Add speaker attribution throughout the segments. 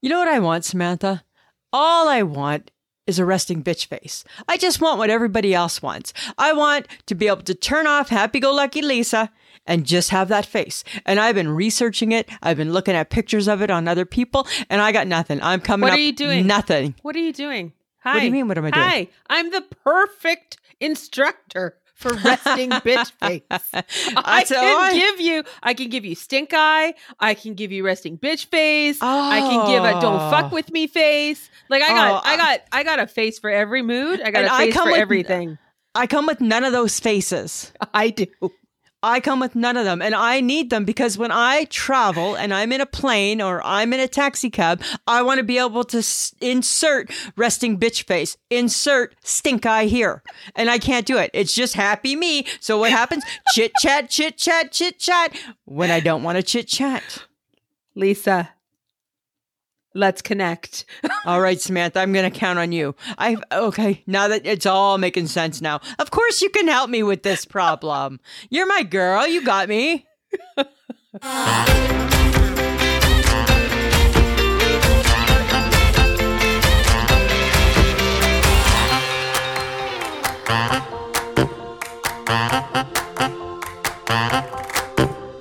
Speaker 1: You know what I want, Samantha? All I want is a resting bitch face. I just want what everybody else wants. I want to be able to turn off happy go lucky Lisa and just have that face. And I've been researching it. I've been looking at pictures of it on other people and I got nothing. I'm coming
Speaker 2: What
Speaker 1: up
Speaker 2: are you doing?
Speaker 1: nothing.
Speaker 2: What are you doing? Hi.
Speaker 1: What do you mean, what am I doing?
Speaker 2: Hi. I'm the perfect instructor for resting bitch face. I
Speaker 1: That's all
Speaker 2: can
Speaker 1: I-
Speaker 2: give you I can give you stink eye, I can give you resting bitch face, I can give a don't
Speaker 1: Oh.
Speaker 2: fuck with me face. Like I got
Speaker 1: Oh,
Speaker 2: I
Speaker 1: I-
Speaker 2: got I got a face for every mood. I got
Speaker 1: And
Speaker 2: a
Speaker 1: I
Speaker 2: face
Speaker 1: come
Speaker 2: for
Speaker 1: with-
Speaker 2: everything.
Speaker 1: I come with none of those faces.
Speaker 2: I do.
Speaker 1: I come with none of them and I need them because when I travel and I'm in a plane or I'm in a taxi cab, I want to be able to s- insert resting bitch face, insert stink eye here. And I can't do it. It's just happy me. So what happens? chit chat, chit chat, chit chat when I don't want to chit chat.
Speaker 2: Lisa. Let's connect.
Speaker 1: All right, Samantha, I'm going to count on you. I okay, now that it's all making sense now. Of course you can help me with this problem. You're my girl. You got me.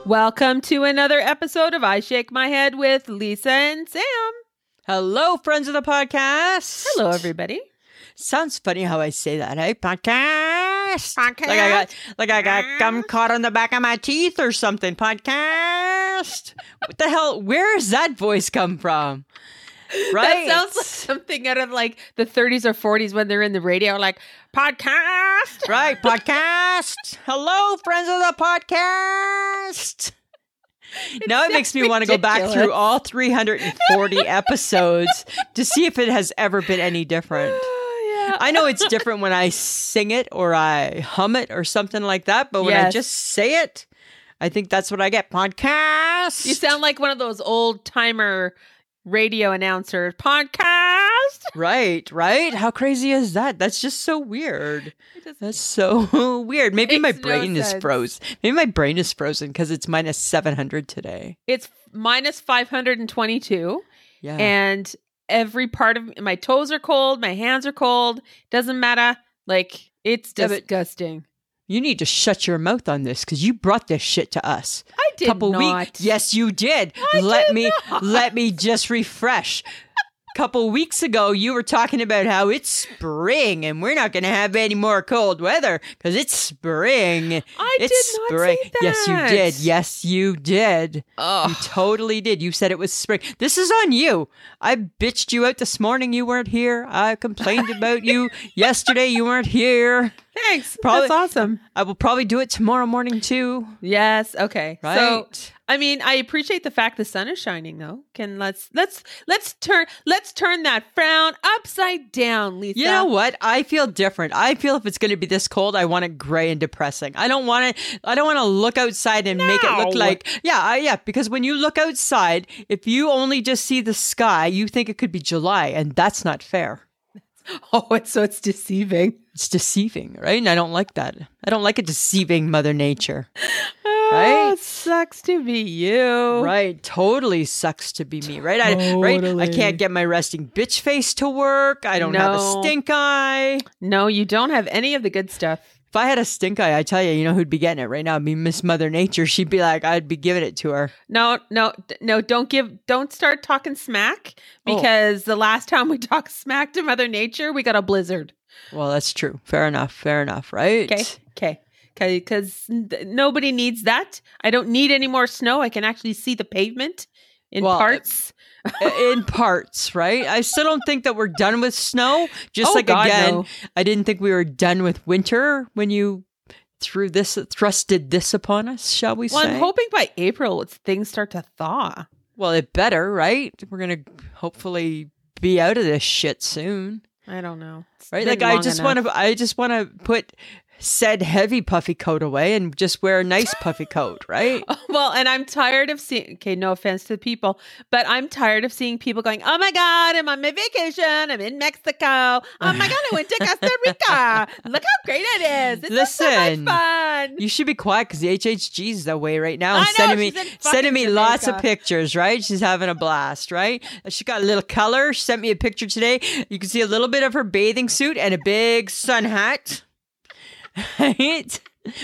Speaker 2: Welcome to another episode of I Shake My Head with Lisa and Sam.
Speaker 1: Hello, friends of the podcast.
Speaker 2: Hello, everybody.
Speaker 1: Sounds funny how I say that, hey? Podcast. Podcast. Like I got, like I got
Speaker 2: Mm-hmm.
Speaker 1: gum caught on the back of my teeth or something. Podcast. what the hell? Where does that voice come from? Right.
Speaker 2: That sounds like something out of like the 30s or 40s when they're in the radio, like podcast.
Speaker 1: right. Podcast. Hello, friends of the podcast. now it makes me want to go back through
Speaker 2: ridiculous.
Speaker 1: all 340 episodes to see if it has ever been any different.
Speaker 2: yeah.
Speaker 1: I know it's different when I sing it or I hum it or something like that, but when I
Speaker 2: Yes.
Speaker 1: just say it, I think that's what I get. Podcast.
Speaker 2: You sound like one of those old timer radio announcers. Podcast.
Speaker 1: right, right. How crazy is that? That's just so weird.
Speaker 2: It doesn't-
Speaker 1: That's so weird. Maybe my
Speaker 2: Makes no
Speaker 1: brain is
Speaker 2: sense.
Speaker 1: froze. Maybe my brain is frozen because it's minus seven hundred today.
Speaker 2: It's minus 522,
Speaker 1: Yeah.
Speaker 2: and every part of my toes are cold, my hands are cold. Doesn't matter. Like, it's
Speaker 1: Yeah, but-
Speaker 2: disgusting.
Speaker 1: you need to shut your mouth on this because you brought this shit to us.
Speaker 2: I did
Speaker 1: couple
Speaker 2: not.
Speaker 1: weeks. Yes, you did.
Speaker 2: I
Speaker 1: let
Speaker 2: did
Speaker 1: me
Speaker 2: not.
Speaker 1: let me just refresh. couple weeks ago, you were talking about how it's spring and we're not going to have any more cold weather because it's spring.
Speaker 2: I
Speaker 1: it's
Speaker 2: did not
Speaker 1: spring.
Speaker 2: say that.
Speaker 1: Yes, you did. Yes, you did. You
Speaker 2: Ugh.
Speaker 1: totally did. You said it was spring. This is on you. I bitched you out this morning. You weren't here. I complained about you yesterday. You weren't here.
Speaker 2: Thanks.
Speaker 1: Probably-
Speaker 2: That's awesome.
Speaker 1: I will probably do it tomorrow morning too.
Speaker 2: Yes. Okay. So
Speaker 1: Right.
Speaker 2: I mean, I appreciate the fact the sun is shining though. Can let's let's let's turn let's turn that frown upside down, Lisa.
Speaker 1: You know what? I feel different. I feel if it's going to be this cold, I want it gray and depressing. I don't want it. I don't want to look outside and make it look
Speaker 2: No.
Speaker 1: like yeah, I, yeah. Because when you look outside, if you only just see the sky, you think it could be July, and that's not fair.
Speaker 2: Oh, it's so it's deceiving.
Speaker 1: It's deceiving, right? And I don't like that. I don't like a deceiving Mother Nature.
Speaker 2: Oh, it sucks to be you.
Speaker 1: Right, totally sucks to be me. Right, I, right. I can't get my resting bitch face to work. I don't have a
Speaker 2: No.
Speaker 1: stink eye.
Speaker 2: No, you don't have any of the good stuff.
Speaker 1: If I had a stink eye, I tell you, you know who'd be getting it right now? It'd be Miss Mother Nature. She'd be like, I'd be giving it to her.
Speaker 2: No, no, d- no, don't give don't start talking smack
Speaker 1: Oh.
Speaker 2: because the last time we talked smack to Mother Nature, we got a blizzard.
Speaker 1: Well, that's true. Fair enough. Fair enough. Right?
Speaker 2: Okay. Okay. Okay. Because nobody needs that. I don't need any more snow. I can actually see the pavement in
Speaker 1: Well,
Speaker 2: parts.
Speaker 1: I- In parts, right? I still don't think that we're done with snow. Just
Speaker 2: Oh,
Speaker 1: like
Speaker 2: God,
Speaker 1: again,
Speaker 2: no.
Speaker 1: I didn't think we were done with winter when you threw this, thrusted this upon us, shall we
Speaker 2: Well,
Speaker 1: say?
Speaker 2: I'm hoping by April it's- things start to thaw.
Speaker 1: well, it better, right? We're going to hopefully be out of this shit soon.
Speaker 2: I don't know. It's
Speaker 1: right
Speaker 2: been
Speaker 1: like i
Speaker 2: long
Speaker 1: just
Speaker 2: enough.
Speaker 1: want to i just want to put said heavy puffy coat away and just wear a nice puffy coat, right?
Speaker 2: Well, and I'm tired of seeing, okay, no offense to people, but I'm tired of seeing people going, oh my God, I'm on my vacation. I'm in Mexico. Oh my God, I went to Costa Rica. Look how great it is. It's so
Speaker 1: Listen,
Speaker 2: much fun.
Speaker 1: You should be quiet because the HHG's that way right now.
Speaker 2: I
Speaker 1: and
Speaker 2: know,
Speaker 1: sending me
Speaker 2: she's in fucking
Speaker 1: sending me lots of
Speaker 2: Jamaica.
Speaker 1: pictures, right? She's having a blast, right? She got a little color. She sent me a picture today. You can see a little bit of her bathing suit and a big sun hat. Right?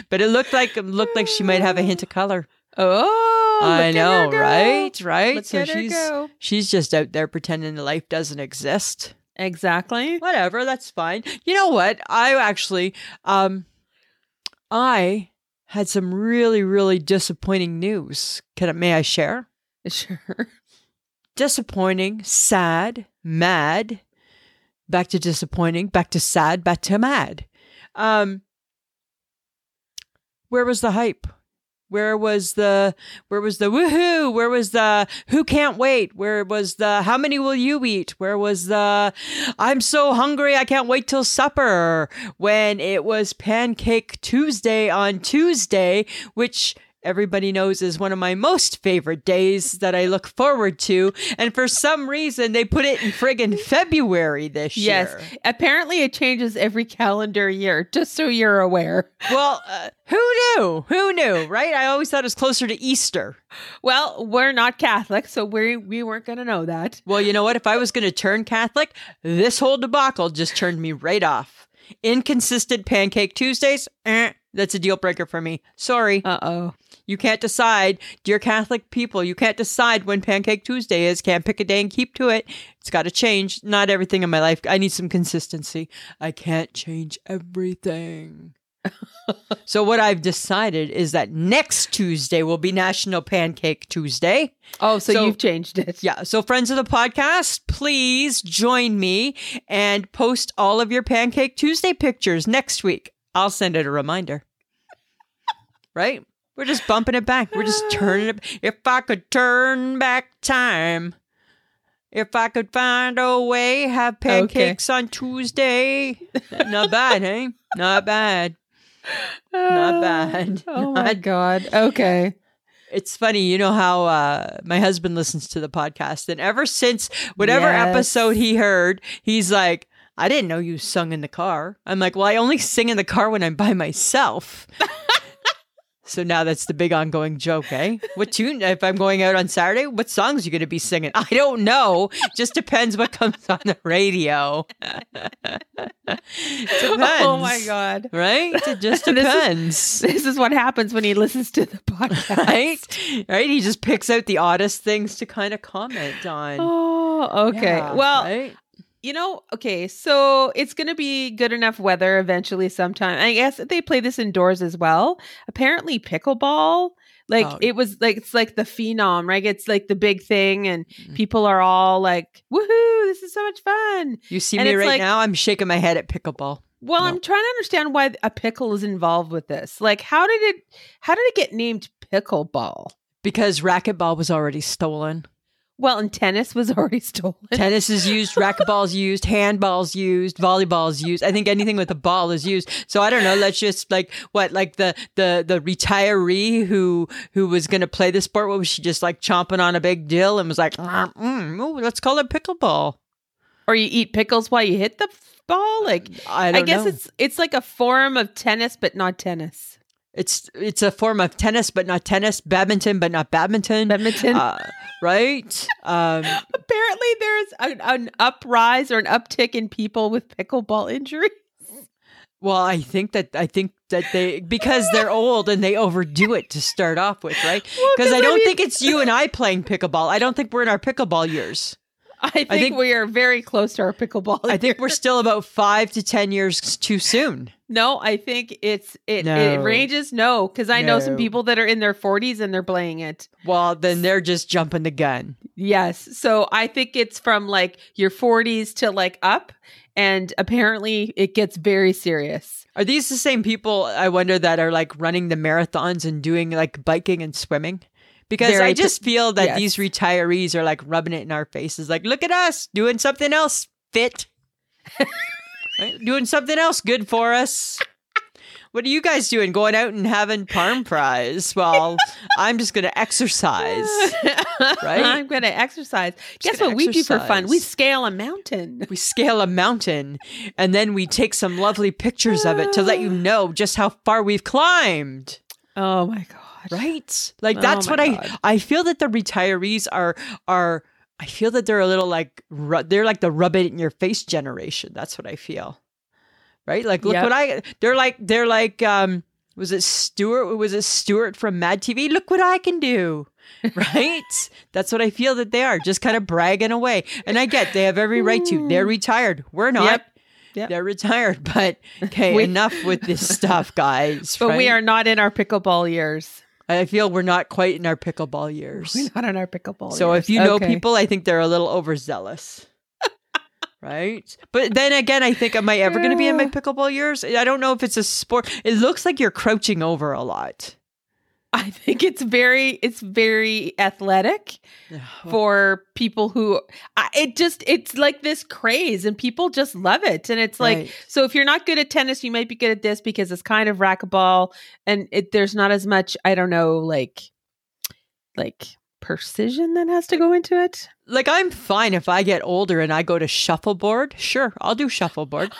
Speaker 1: But it looked like it looked like she might have a hint of color.
Speaker 2: Oh, look
Speaker 1: I
Speaker 2: at
Speaker 1: know,
Speaker 2: her go.
Speaker 1: right? Right?
Speaker 2: Look
Speaker 1: so
Speaker 2: at her
Speaker 1: she's
Speaker 2: go.
Speaker 1: she's just out there pretending life doesn't exist.
Speaker 2: Exactly.
Speaker 1: Whatever, that's fine. You know what? I actually um I had some really really disappointing news. Can I, may I share?
Speaker 2: Sure.
Speaker 1: Disappointing, sad, mad. Back to disappointing, back to sad, back to mad. Um Where was the hype? Where was the where was the woohoo? Where was the who can't wait? Where was the how many will you eat? Where was the I'm so hungry I can't wait till supper? When it was pancake Tuesday on Tuesday, which everybody knows is one of my most favorite days that I look forward to, and for some reason they put it in friggin' February this
Speaker 2: Yes.
Speaker 1: year.
Speaker 2: Apparently, it changes every calendar year, just so you're aware.
Speaker 1: Well, uh, who knew? Who knew, right? I always thought it was closer to Easter.
Speaker 2: Well, we're not Catholic, so we we weren't going to know that.
Speaker 1: Well, you know what? If I was going to turn Catholic, this whole debacle just turned me right off. Inconsistent Pancake Tuesdays, eh, that's a deal breaker for me. Sorry.
Speaker 2: Uh oh.
Speaker 1: You can't decide, dear Catholic people, you can't decide when Pancake Tuesday is. Can't pick a day and keep to it. It's got to change. Not everything in my life. I need some consistency. I can't change everything. so, what I've decided is that next Tuesday will be National Pancake Tuesday.
Speaker 2: Oh, so,
Speaker 1: So-
Speaker 2: you've changed it.
Speaker 1: Yeah. So, friends of the podcast, please join me and post all of your Pancake Tuesday pictures next week. I'll send it a reminder. Right? We're just bumping it back. We're just turning it. If I could turn back time, if I could find a way, have pancakes on Tuesday. Not bad, eh? Not bad. Not bad.
Speaker 2: Oh my god. Okay.
Speaker 1: It's funny, you know how uh, my husband listens to the podcast, and ever since whatever
Speaker 2: Yes.
Speaker 1: episode he heard, he's like, "I didn't know you sung in the car." I'm like, "Well, I only sing in the car when I'm by myself." so now that's the big ongoing joke, eh? What tune? If I'm going out on Saturday, what songs you going to be singing? I don't know. Just depends what comes on the radio. depends.
Speaker 2: Oh my god.
Speaker 1: Right? It just
Speaker 2: This is-
Speaker 1: depends
Speaker 2: This is what happens when he listens to the podcast.
Speaker 1: right? Right? He just picks out the oddest things to kind of comment on.
Speaker 2: Oh, okay.
Speaker 1: Yeah,
Speaker 2: well,
Speaker 1: right?
Speaker 2: you know, okay, so it's going to be good enough weather eventually sometime. I guess they play this indoors as well. Apparently pickleball, like
Speaker 1: Oh.
Speaker 2: it was like it's like the phenom, right? It's like the big thing and
Speaker 1: Mhm.
Speaker 2: people are all like, "Woohoo, this is so much fun."
Speaker 1: you see
Speaker 2: and
Speaker 1: me
Speaker 2: it's
Speaker 1: right
Speaker 2: like-
Speaker 1: now, I'm shaking my head at pickleball.
Speaker 2: Well,
Speaker 1: No.
Speaker 2: I'm trying to understand why a pickle is involved with this. Like how did it how did it get named pickleball?
Speaker 1: Because racquetball was already stolen.
Speaker 2: Well, and tennis was already stolen.
Speaker 1: Tennis is used, racquetball's used, handball's used, volleyball's used. I think anything with a ball is used. So I don't know. Let's just like what, like the the the retiree who who was going to play the sport. What was she just like chomping on a big dill and was like, "Ah, mm, ooh, let's call it pickleball.
Speaker 2: or you eat pickles while you hit the f- ball. Like
Speaker 1: Uh, I
Speaker 2: I,
Speaker 1: don't
Speaker 2: guess
Speaker 1: know.
Speaker 2: it's it's like a form of tennis, but not tennis.
Speaker 1: It's it's a form of tennis, but not tennis. Badminton, but not badminton.
Speaker 2: Badminton.
Speaker 1: uh, right? Um,
Speaker 2: Apparently, there's an, an uprise or an uptick in people with pickleball injury.
Speaker 1: well, I think that I think that they because they're old and they overdo it to start off with, right?
Speaker 2: Well,
Speaker 1: Because
Speaker 2: 'cause
Speaker 1: I
Speaker 2: I
Speaker 1: don't
Speaker 2: mean-
Speaker 1: think it's you and I playing pickleball. I don't think we're in our pickleball years.
Speaker 2: I think,
Speaker 1: think-
Speaker 2: we are very close to our pickleball.
Speaker 1: I think we're still about five to ten years too soon.
Speaker 2: no, I think it's it
Speaker 1: No.
Speaker 2: it ranges no because I know some
Speaker 1: No.
Speaker 2: people that are in their 40s and they're playing it.
Speaker 1: Well, then they're just jumping the gun.
Speaker 2: Yes, so I think it's from like your 40s to like up, and apparently it gets very serious.
Speaker 1: Are these the same people? I wonder that are like running the marathons and doing like biking and swimming. Because
Speaker 2: Very
Speaker 1: I
Speaker 2: p-
Speaker 1: just feel that
Speaker 2: yes.
Speaker 1: these retirees are like rubbing it in our faces, like, look at us doing something else fit, Right? doing something else good for us. What are you guys doing? Going out and having parm fries? Well, I'm just going to exercise. Right?
Speaker 2: I'm going to exercise. Guess
Speaker 1: gonna
Speaker 2: what we do for fun?
Speaker 1: exercise.
Speaker 2: We scale a mountain.
Speaker 1: We scale a mountain and then we take some lovely pictures of it to let you know just how far we've climbed.
Speaker 2: Oh my god!
Speaker 1: Right? Like
Speaker 2: Oh
Speaker 1: that's
Speaker 2: my
Speaker 1: what
Speaker 2: God.
Speaker 1: I I feel that the retirees are are I feel that they're a little like ru- they're like the rub it in your face generation. That's what I feel. Right? Like look
Speaker 2: Yep.
Speaker 1: what I they're like they're like um was it Stuart was it Stuart from Mad TV? Look what I can do. Right? That's what I feel that they are, just kind of bragging away. And I get they have every right to. They're retired. We're not.
Speaker 2: Yep. Yep.
Speaker 1: They're retired, but okay,
Speaker 2: We-
Speaker 1: enough with this stuff, guys.
Speaker 2: But we
Speaker 1: right?
Speaker 2: are not in our pickleball years.
Speaker 1: I feel we're not quite in our pickleball years.
Speaker 2: We're not in our pickleball.
Speaker 1: So
Speaker 2: years.
Speaker 1: if you know
Speaker 2: Okay.
Speaker 1: people, I think they're a little overzealous. right? But then again, I think am I ever going to be in my
Speaker 2: Yeah.
Speaker 1: pickleball years? I don't know if it's a sport. It looks like you're crouching over a lot.
Speaker 2: I think it's very, it's very athletic Oh. for people who. I, it just, it's like this craze, and people just love it, and it's like.
Speaker 1: Right.
Speaker 2: So if you're not good at tennis, you might be good at this because it's kind of racquetball, and it, there's not as much. I don't know, like, like precision that has to go into it.
Speaker 1: like I'm fine if I get older and I go to shuffleboard. Sure, I'll do shuffleboard.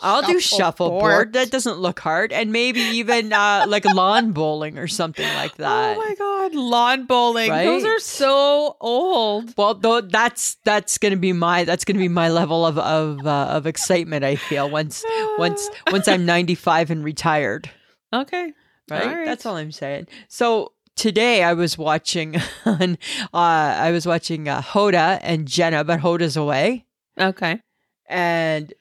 Speaker 1: I'll do shuffleboard. That doesn't look hard, and maybe even uh, like lawn bowling or something like that.
Speaker 2: Oh my god, lawn bowling. Those
Speaker 1: Right?
Speaker 2: are so old.
Speaker 1: Well, though that's that's gonna be my that's gonna be my level of of uh, of excitement. I feel once once once I'm 95 and retired.
Speaker 2: Okay.
Speaker 1: Right?
Speaker 2: All right.
Speaker 1: That's all I'm saying. So today I was watching on uh, I was watching uh, Hoda and Jenna, but Hoda's away,
Speaker 2: Okay.
Speaker 1: and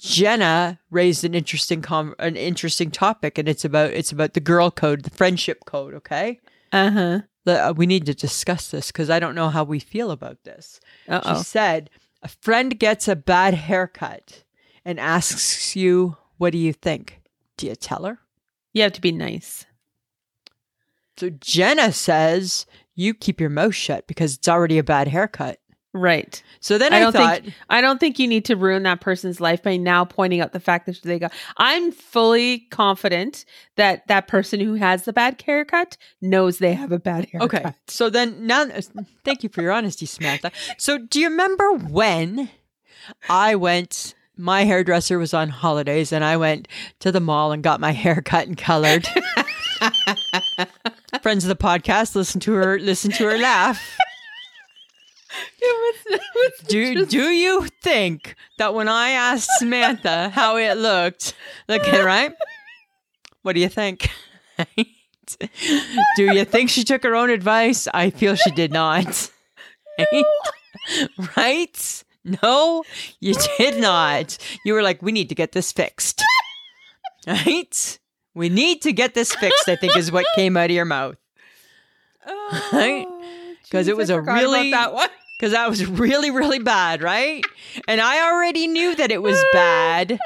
Speaker 1: Jenna raised an interesting com- an interesting topic, and it's about it's about the girl code, the friendship code. Okay.
Speaker 2: Uh-huh.
Speaker 1: The- uh, We need to discuss this because I don't know how we feel about this. She
Speaker 2: Uh-oh.
Speaker 1: said, A friend gets a bad haircut and asks you, What do you think? Do you tell her?
Speaker 2: You have to be nice.
Speaker 1: So Jenna says, You keep your mouth shut because it's already a bad haircut.
Speaker 2: Right.
Speaker 1: So then
Speaker 2: I
Speaker 1: I,
Speaker 2: don't
Speaker 1: thought,
Speaker 2: think I don't think you need to ruin that person's life by now pointing out the fact that they go. I'm fully confident that that person who has the bad haircut knows they have a bad haircut.
Speaker 1: Okay. So then now, thank you for your honesty, Samantha. So do you remember when I went? My hairdresser was on holidays, and I went to the mall and got my hair cut and colored. Friends of the podcast, listen to her. Listen to her laugh.
Speaker 2: It was, it was
Speaker 1: Do
Speaker 2: just-
Speaker 1: do you think that when I asked Samantha how it looked, look at right? What do you think? do you think she took her own advice? I feel she did not. right? No, you did not. You were like, we need to get this fixed. Right? We need to get this fixed, I think is what came out of your mouth.
Speaker 2: Oh,
Speaker 1: Right? 'Cause it
Speaker 2: jeez,
Speaker 1: was
Speaker 2: oh, I
Speaker 1: a
Speaker 2: forgot about
Speaker 1: really-
Speaker 2: that one.
Speaker 1: because that was really, really bad, right? And I already knew that it was bad.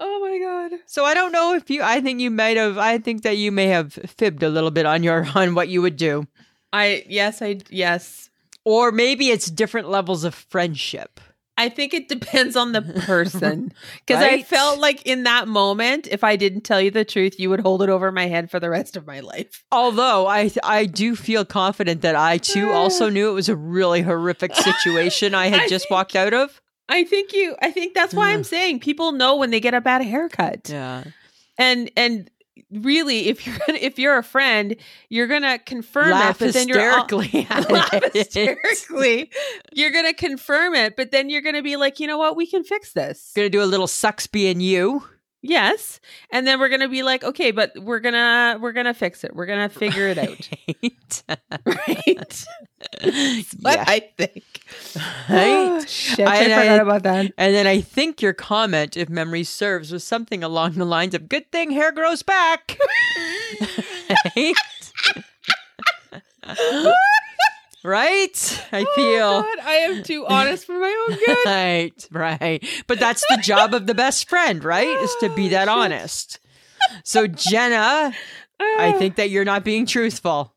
Speaker 2: Oh my god.
Speaker 1: So I don't know if you, I think you might have, I think that you may have fibbed a little bit on your, on what you would do.
Speaker 2: I yes, I yes.
Speaker 1: Or maybe it's different levels of friendship.
Speaker 2: I think it depends on the person. Because I
Speaker 1: Right?
Speaker 2: felt like in that moment, if I didn't tell you the truth, you would hold it over my head for the rest of my life.
Speaker 1: Although I, I do feel confident that I too also knew it was a really horrific situation I had
Speaker 2: I
Speaker 1: just
Speaker 2: think-
Speaker 1: walked out of.
Speaker 2: I think you I think that's why I'm
Speaker 1: Ugh.
Speaker 2: saying people know when they get a bad haircut.
Speaker 1: Yeah.
Speaker 2: And and really if you're gonna, if you're a friend, you're gonna confirm
Speaker 1: Laugh
Speaker 2: it, but then you're all-
Speaker 1: hysterically. at
Speaker 2: laugh
Speaker 1: it.
Speaker 2: hysterically. You're gonna confirm it, but then you're gonna be like, you know what, we can fix this.
Speaker 1: Gonna do a little Suxby and you.
Speaker 2: Yes. And then we're gonna be like, okay, but we're gonna we're gonna fix it. We're gonna figure it out. right? But
Speaker 1: Yeah.
Speaker 2: I think.
Speaker 1: Right?
Speaker 2: Shit,
Speaker 1: I-
Speaker 2: I,
Speaker 1: I-
Speaker 2: forgot about that.
Speaker 1: And then I think your comment, if memory serves, was something along the lines of "Good thing hair grows back." right? Right? I
Speaker 2: Oh,
Speaker 1: feel
Speaker 2: God, I am too honest for my own good.
Speaker 1: right, right. But that's the job of the best friend, right? Is to be that
Speaker 2: Oh, shit.
Speaker 1: honest. So Jenna, I
Speaker 2: Ah.
Speaker 1: think that you're not being truthful.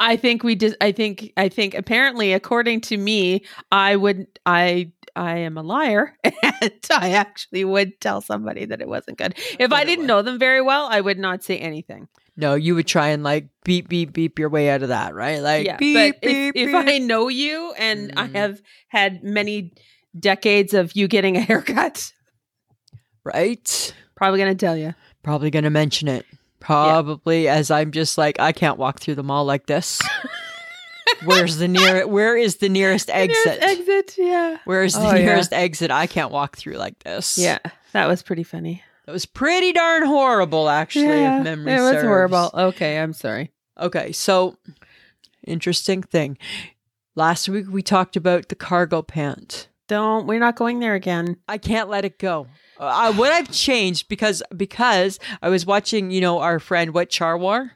Speaker 2: I think we just. I think. I think. Apparently, according to me, I would. I. I am a liar and I actually would tell somebody that it wasn't good. If I
Speaker 1: it
Speaker 2: didn't
Speaker 1: was.
Speaker 2: know them very well, I would not say anything.
Speaker 1: No, you would try and like beep, beep, beep your way out of that, right? Like
Speaker 2: yeah,
Speaker 1: beep,
Speaker 2: but
Speaker 1: beep,
Speaker 2: if,
Speaker 1: beep.
Speaker 2: if I know you and I
Speaker 1: Mm.
Speaker 2: have had many decades of you getting a haircut,
Speaker 1: right?
Speaker 2: probably going to tell you.
Speaker 1: Probably going to mention it. Probably as I'm just like, I can't walk through the mall like this. Where's the near? Where is the nearest exit?
Speaker 2: There's Exit. Yeah.
Speaker 1: Where is the
Speaker 2: Oh, yeah.
Speaker 1: nearest exit? I can't walk through like this.
Speaker 2: Yeah. That was pretty funny.
Speaker 1: That was pretty darn horrible, actually,
Speaker 2: yeah,
Speaker 1: if memory
Speaker 2: it was
Speaker 1: serves.
Speaker 2: horrible. Okay, I'm sorry.
Speaker 1: Okay, so interesting thing. Last week we talked about the cargo pant.
Speaker 2: Don't. We're not going there again.
Speaker 1: I can't let it go. Uh, I, what I've changed because because I was watching, you know, our friend what Char wore,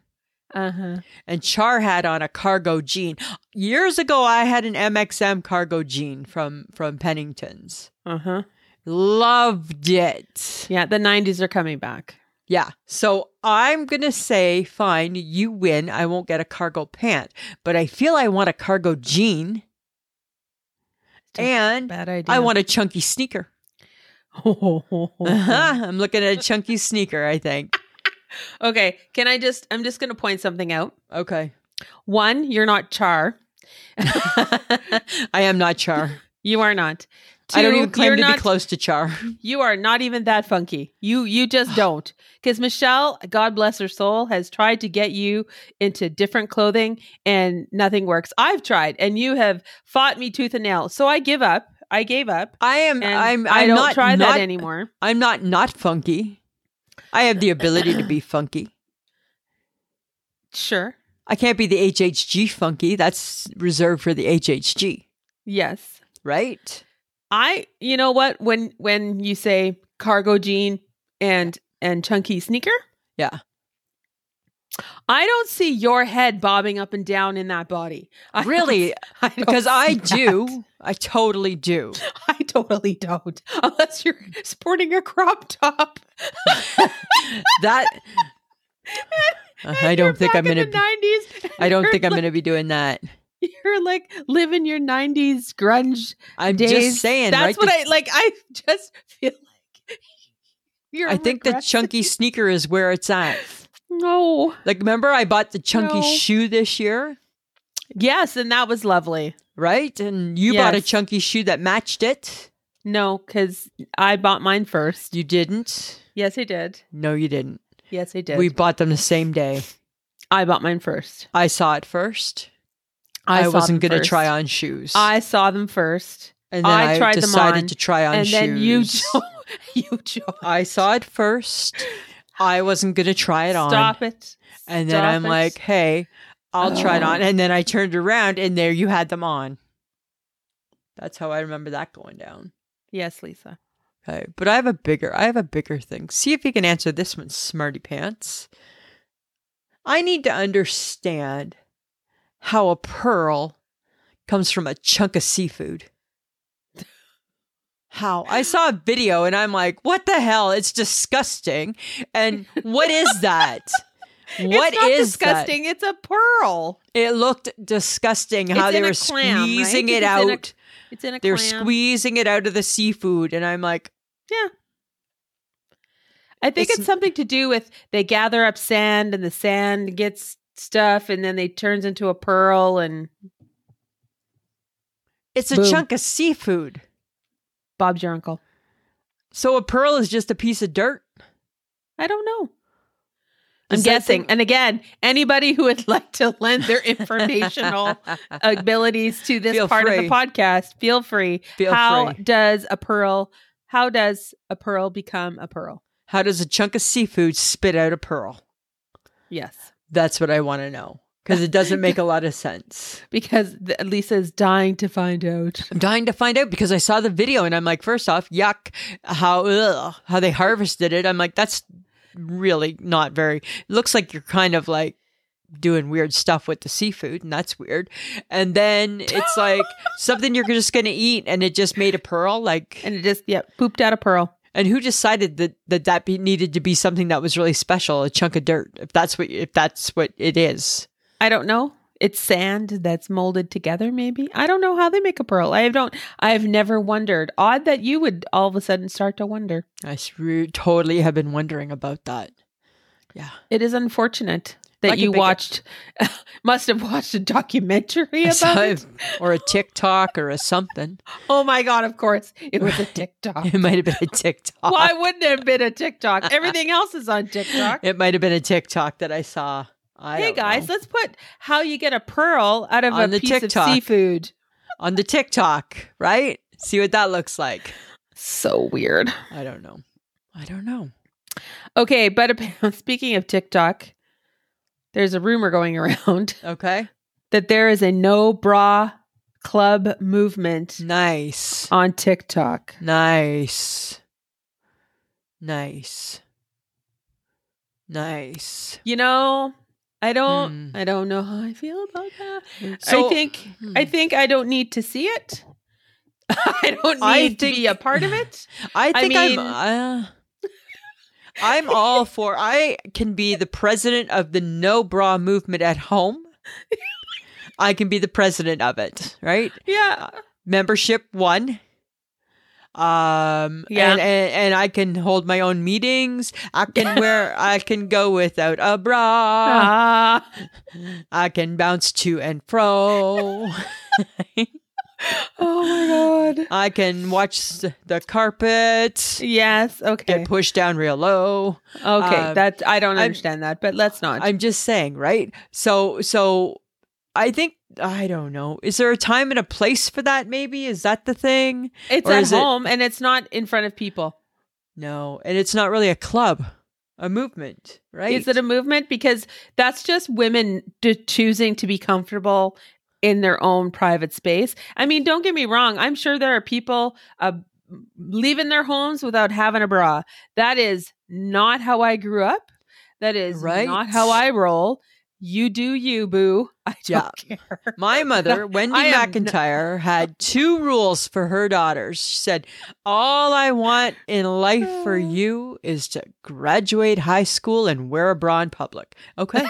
Speaker 2: Uh huh.
Speaker 1: and Char had on a cargo jean. Years ago, I had an MXM cargo jean from from Pennington's.
Speaker 2: Uh
Speaker 1: Uh-huh.
Speaker 2: huh.
Speaker 1: Loved it.
Speaker 2: Yeah, the '90s are coming back.
Speaker 1: Yeah. So I'm going to say, fine, you win. I won't get a cargo pant, but I feel I want a cargo jean
Speaker 2: Just
Speaker 1: and
Speaker 2: Bad idea.
Speaker 1: I want a chunky sneaker.
Speaker 2: Oh,
Speaker 1: Uh-huh. I'm looking at a chunky sneaker, I think.
Speaker 2: okay. Can I just? I'm just going to point something out.
Speaker 1: Okay.
Speaker 2: One, you're not Char.
Speaker 1: I am not Char.
Speaker 2: you are not. Two,
Speaker 1: I don't even claim
Speaker 2: you're
Speaker 1: to
Speaker 2: not,
Speaker 1: be close to Char.
Speaker 2: You are not even that funky. You you just don't. Because Michelle, God bless her soul, has tried to get you into different clothing and nothing works. I've tried and you have fought me tooth and nail. So I give up. I gave up.
Speaker 1: I am
Speaker 2: And
Speaker 1: I'm
Speaker 2: I
Speaker 1: I'm
Speaker 2: don't
Speaker 1: not,
Speaker 2: try
Speaker 1: not
Speaker 2: that anymore.
Speaker 1: I'm not not funky. I have the ability to be funky.
Speaker 2: Sure.
Speaker 1: I can't be the HHG funky. That's reserved for the HHG,
Speaker 2: Yes.
Speaker 1: right?
Speaker 2: I you know what? When when you say cargo jean and and chunky sneaker.
Speaker 1: Yeah.
Speaker 2: I don't see your head bobbing up and down in that body. I don't-
Speaker 1: Really?
Speaker 2: I don't
Speaker 1: Because I
Speaker 2: see
Speaker 1: do.
Speaker 2: that.
Speaker 1: I totally do.
Speaker 2: I totally don't. Unless you're sporting a crop top.
Speaker 1: That Uh, I don't think I'm gonna. Be,
Speaker 2: Nineties.
Speaker 1: I don't think I'm gonna be doing that.
Speaker 2: You're like living your nineties grunge
Speaker 1: I'm
Speaker 2: days.
Speaker 1: just saying.
Speaker 2: That's
Speaker 1: right?
Speaker 2: what
Speaker 1: The-
Speaker 2: I like. I just feel like you're.
Speaker 1: I think the
Speaker 2: regressing.
Speaker 1: chunky sneaker is where it's at.
Speaker 2: No.
Speaker 1: Like, remember, I bought the chunky
Speaker 2: No.
Speaker 1: shoe this year,
Speaker 2: Yes, and that was lovely.
Speaker 1: right? And you bought a
Speaker 2: Yes.
Speaker 1: chunky shoe that matched it.
Speaker 2: No, because I bought mine first.
Speaker 1: You didn't.
Speaker 2: Yes, I did.
Speaker 1: No, you didn't.
Speaker 2: Yes, I did.
Speaker 1: We bought them the same day.
Speaker 2: I bought mine first.
Speaker 1: I saw it first.
Speaker 2: I,
Speaker 1: I, wasn't
Speaker 2: going
Speaker 1: gonna try on shoes.
Speaker 2: I saw them first,
Speaker 1: and then
Speaker 2: I
Speaker 1: I,
Speaker 2: tried them
Speaker 1: decided
Speaker 2: on,
Speaker 1: to try on
Speaker 2: and
Speaker 1: shoes.
Speaker 2: then you, jo- you chose.
Speaker 1: I saw it first. I wasn't going to try it on.
Speaker 2: Stop it.
Speaker 1: And then
Speaker 2: Stop
Speaker 1: I'm
Speaker 2: it.
Speaker 1: like, hey, I'll try it
Speaker 2: Oh.
Speaker 1: on. And then I turned around and there you had them on. That's how I remember that going down.
Speaker 2: yes, Lisa.
Speaker 1: Okay. But I have a bigger I have a bigger thing. See if you can answer this one, smarty pants. I need to understand how a pearl comes from a chunk of seafood. How? I saw a video and I'm like, what the hell? It's disgusting. And what is that? What is
Speaker 2: it's not
Speaker 1: that?
Speaker 2: disgusting? It's a pearl.
Speaker 1: It looked disgusting how
Speaker 2: It's
Speaker 1: they
Speaker 2: in a
Speaker 1: were
Speaker 2: clam, right?
Speaker 1: squeezing it
Speaker 2: It's in a
Speaker 1: out.
Speaker 2: It's in a
Speaker 1: they were
Speaker 2: clam.
Speaker 1: squeezing it out of the seafood, and I'm like,
Speaker 2: I think
Speaker 1: it's-
Speaker 2: it's, something to do with they gather up sand and the sand gets stuff and then they turns into a pearl and
Speaker 1: it's a
Speaker 2: Boom.
Speaker 1: chunk of seafood.
Speaker 2: Bob's your uncle.
Speaker 1: So a pearl is just a piece of dirt.
Speaker 2: I don't know. I'm
Speaker 1: Does that
Speaker 2: guessing.
Speaker 1: thing-
Speaker 2: And again, anybody who would like to lend their informational abilities to this
Speaker 1: Feel
Speaker 2: part of
Speaker 1: free.
Speaker 2: the podcast, feel free.
Speaker 1: Feel
Speaker 2: how
Speaker 1: free.
Speaker 2: does a pearl how does a pearl become a pearl?
Speaker 1: How does a chunk of seafood spit out a pearl?
Speaker 2: Yes.
Speaker 1: That's what I want to know because it doesn't make a lot of sense.
Speaker 2: Because th- Lisa is dying to find out.
Speaker 1: I'm dying to find out because I saw the video and I'm like, first off, yuck! How ugh, how they harvested it? I'm like, that's really not very. It looks like you're kind of like doing weird stuff with the seafood, and that's weird. And then it's like something you're just gonna eat, and it just made a pearl. Like,
Speaker 2: And it just, yeah, pooped out a pearl.
Speaker 1: and who decided that that that be, needed to be something that was really special, a chunk of dirt? If that's what if that's what it is,
Speaker 2: I don't know. it's sand that's molded together maybe i don't know how they make a pearl i don't i've never wondered odd that you would all of a sudden start to wonder
Speaker 1: I s- re- totally have been wondering about that. Yeah.
Speaker 2: it is unfortunate
Speaker 1: Like
Speaker 2: that
Speaker 1: a
Speaker 2: you
Speaker 1: big-
Speaker 2: watched must have watched a documentary
Speaker 1: I
Speaker 2: about
Speaker 1: saw
Speaker 2: it
Speaker 1: it- or a TikTok or a something.
Speaker 2: oh my god of course it was a tiktok
Speaker 1: It might have been a TikTok.
Speaker 2: why wouldn't it have been a tiktok everything else is on tiktok
Speaker 1: It might have been a TikTok that I saw. I
Speaker 2: hey
Speaker 1: don't
Speaker 2: guys
Speaker 1: know.
Speaker 2: let's put how you get a pearl out of
Speaker 1: On
Speaker 2: a
Speaker 1: the
Speaker 2: piece
Speaker 1: TikTok.
Speaker 2: of seafood
Speaker 1: on the TikTok, right? See what that looks like.
Speaker 2: so weird
Speaker 1: I don't know. I don't know.
Speaker 2: Okay, but ap- speaking of TikTok, there's a rumor going around
Speaker 1: Okay.
Speaker 2: that there is a no bra club movement
Speaker 1: Nice.
Speaker 2: on TikTok.
Speaker 1: Nice. Nice. Nice.
Speaker 2: You know, I don't
Speaker 1: Hmm.
Speaker 2: I don't know how I feel about that.
Speaker 1: So-
Speaker 2: I think
Speaker 1: Hmm.
Speaker 2: I think I don't need to see it. I don't need
Speaker 1: I
Speaker 2: to be
Speaker 1: think-
Speaker 2: a part of it.
Speaker 1: I
Speaker 2: I
Speaker 1: think I
Speaker 2: mean-
Speaker 1: am Uh, I'm all for. I can be the president of the no bra movement at home. I can be the president of it, right?
Speaker 2: Yeah.
Speaker 1: Membership one. Um,
Speaker 2: Yeah.
Speaker 1: and, and and I can hold my own meetings. I can wear. I can go without a bra.
Speaker 2: Ah.
Speaker 1: I can bounce to and fro.
Speaker 2: oh my god.
Speaker 1: I can watch s- the carpet
Speaker 2: Yes, okay.
Speaker 1: get pushed down real low.
Speaker 2: Okay,
Speaker 1: uh,
Speaker 2: that I don't
Speaker 1: I'm-
Speaker 2: understand that, but let's not.
Speaker 1: I'm just saying, right? So, so I think I don't know. Is there a time and a place for that? Maybe is that the thing?
Speaker 2: it's
Speaker 1: or
Speaker 2: at
Speaker 1: is it-
Speaker 2: home and it's not in front of people.
Speaker 1: No, and it's not really a club, a movement, right?
Speaker 2: Is it a movement? Because that's just women d- choosing to be comfortable in their own private space. I mean, don't get me wrong. I'm sure there are people uh, leaving their homes without having a bra. That is not how I grew up. That is
Speaker 1: Right.
Speaker 2: not how I roll. You do you, boo. I
Speaker 1: Yeah. Uh,
Speaker 2: don't care.
Speaker 1: My mother, Wendy
Speaker 2: I am n-
Speaker 1: McIntyre, had two rules for her daughters. She said, All I want in life for you is to graduate high school and wear a bra in public. Okay.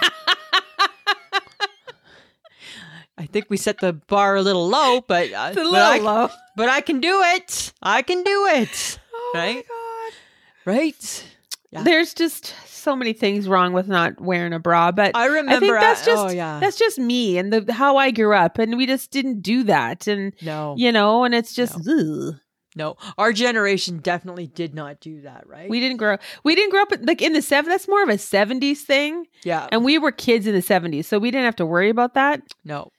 Speaker 1: I think we set the bar a little low, but, uh,
Speaker 2: It's a
Speaker 1: but
Speaker 2: little
Speaker 1: I,
Speaker 2: low.
Speaker 1: but I can do it. I can do it.
Speaker 2: Oh
Speaker 1: Right?
Speaker 2: my God.
Speaker 1: Right? Yeah.
Speaker 2: There's just so many things wrong with not wearing a bra, but
Speaker 1: I remember.
Speaker 2: that's
Speaker 1: oh,
Speaker 2: just-
Speaker 1: yeah.
Speaker 2: that's just me and the how I grew up, and we just didn't do that, and
Speaker 1: no,
Speaker 2: you know, and it's just ugh.
Speaker 1: no. Our generation definitely did not do that, right?
Speaker 2: we didn't grow we didn't grow up like in the seven. That's more of a seventies thing,
Speaker 1: yeah.
Speaker 2: and we were kids in the seventies, so we didn't have to worry about that.
Speaker 1: Nope.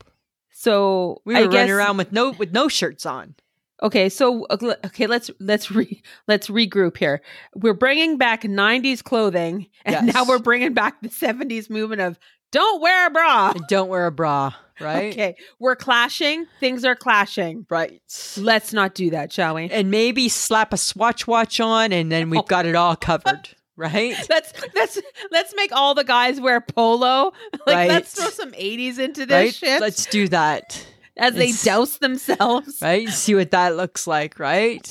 Speaker 2: So
Speaker 1: We
Speaker 2: I
Speaker 1: were running
Speaker 2: guess-
Speaker 1: around with no with no shirts on.
Speaker 2: Okay, so uh, okay, let's let's re let's regroup here. We're bringing back '90s clothing, and
Speaker 1: Yes.
Speaker 2: now we're bringing back the '70s movement of don't wear a bra.
Speaker 1: And don't wear a bra, right?
Speaker 2: Okay, we're clashing. Things are clashing.
Speaker 1: Right.
Speaker 2: Let's not do that, shall we?
Speaker 1: And maybe slap a swatch watch on and then we've got it all covered, right?
Speaker 2: Let's let's let's make all the guys wear polo. Like
Speaker 1: Right.
Speaker 2: let's throw some eighties into this
Speaker 1: right?
Speaker 2: shit
Speaker 1: Let's do that.
Speaker 2: as they
Speaker 1: it's-
Speaker 2: douse themselves.
Speaker 1: Right? See what that looks like, right?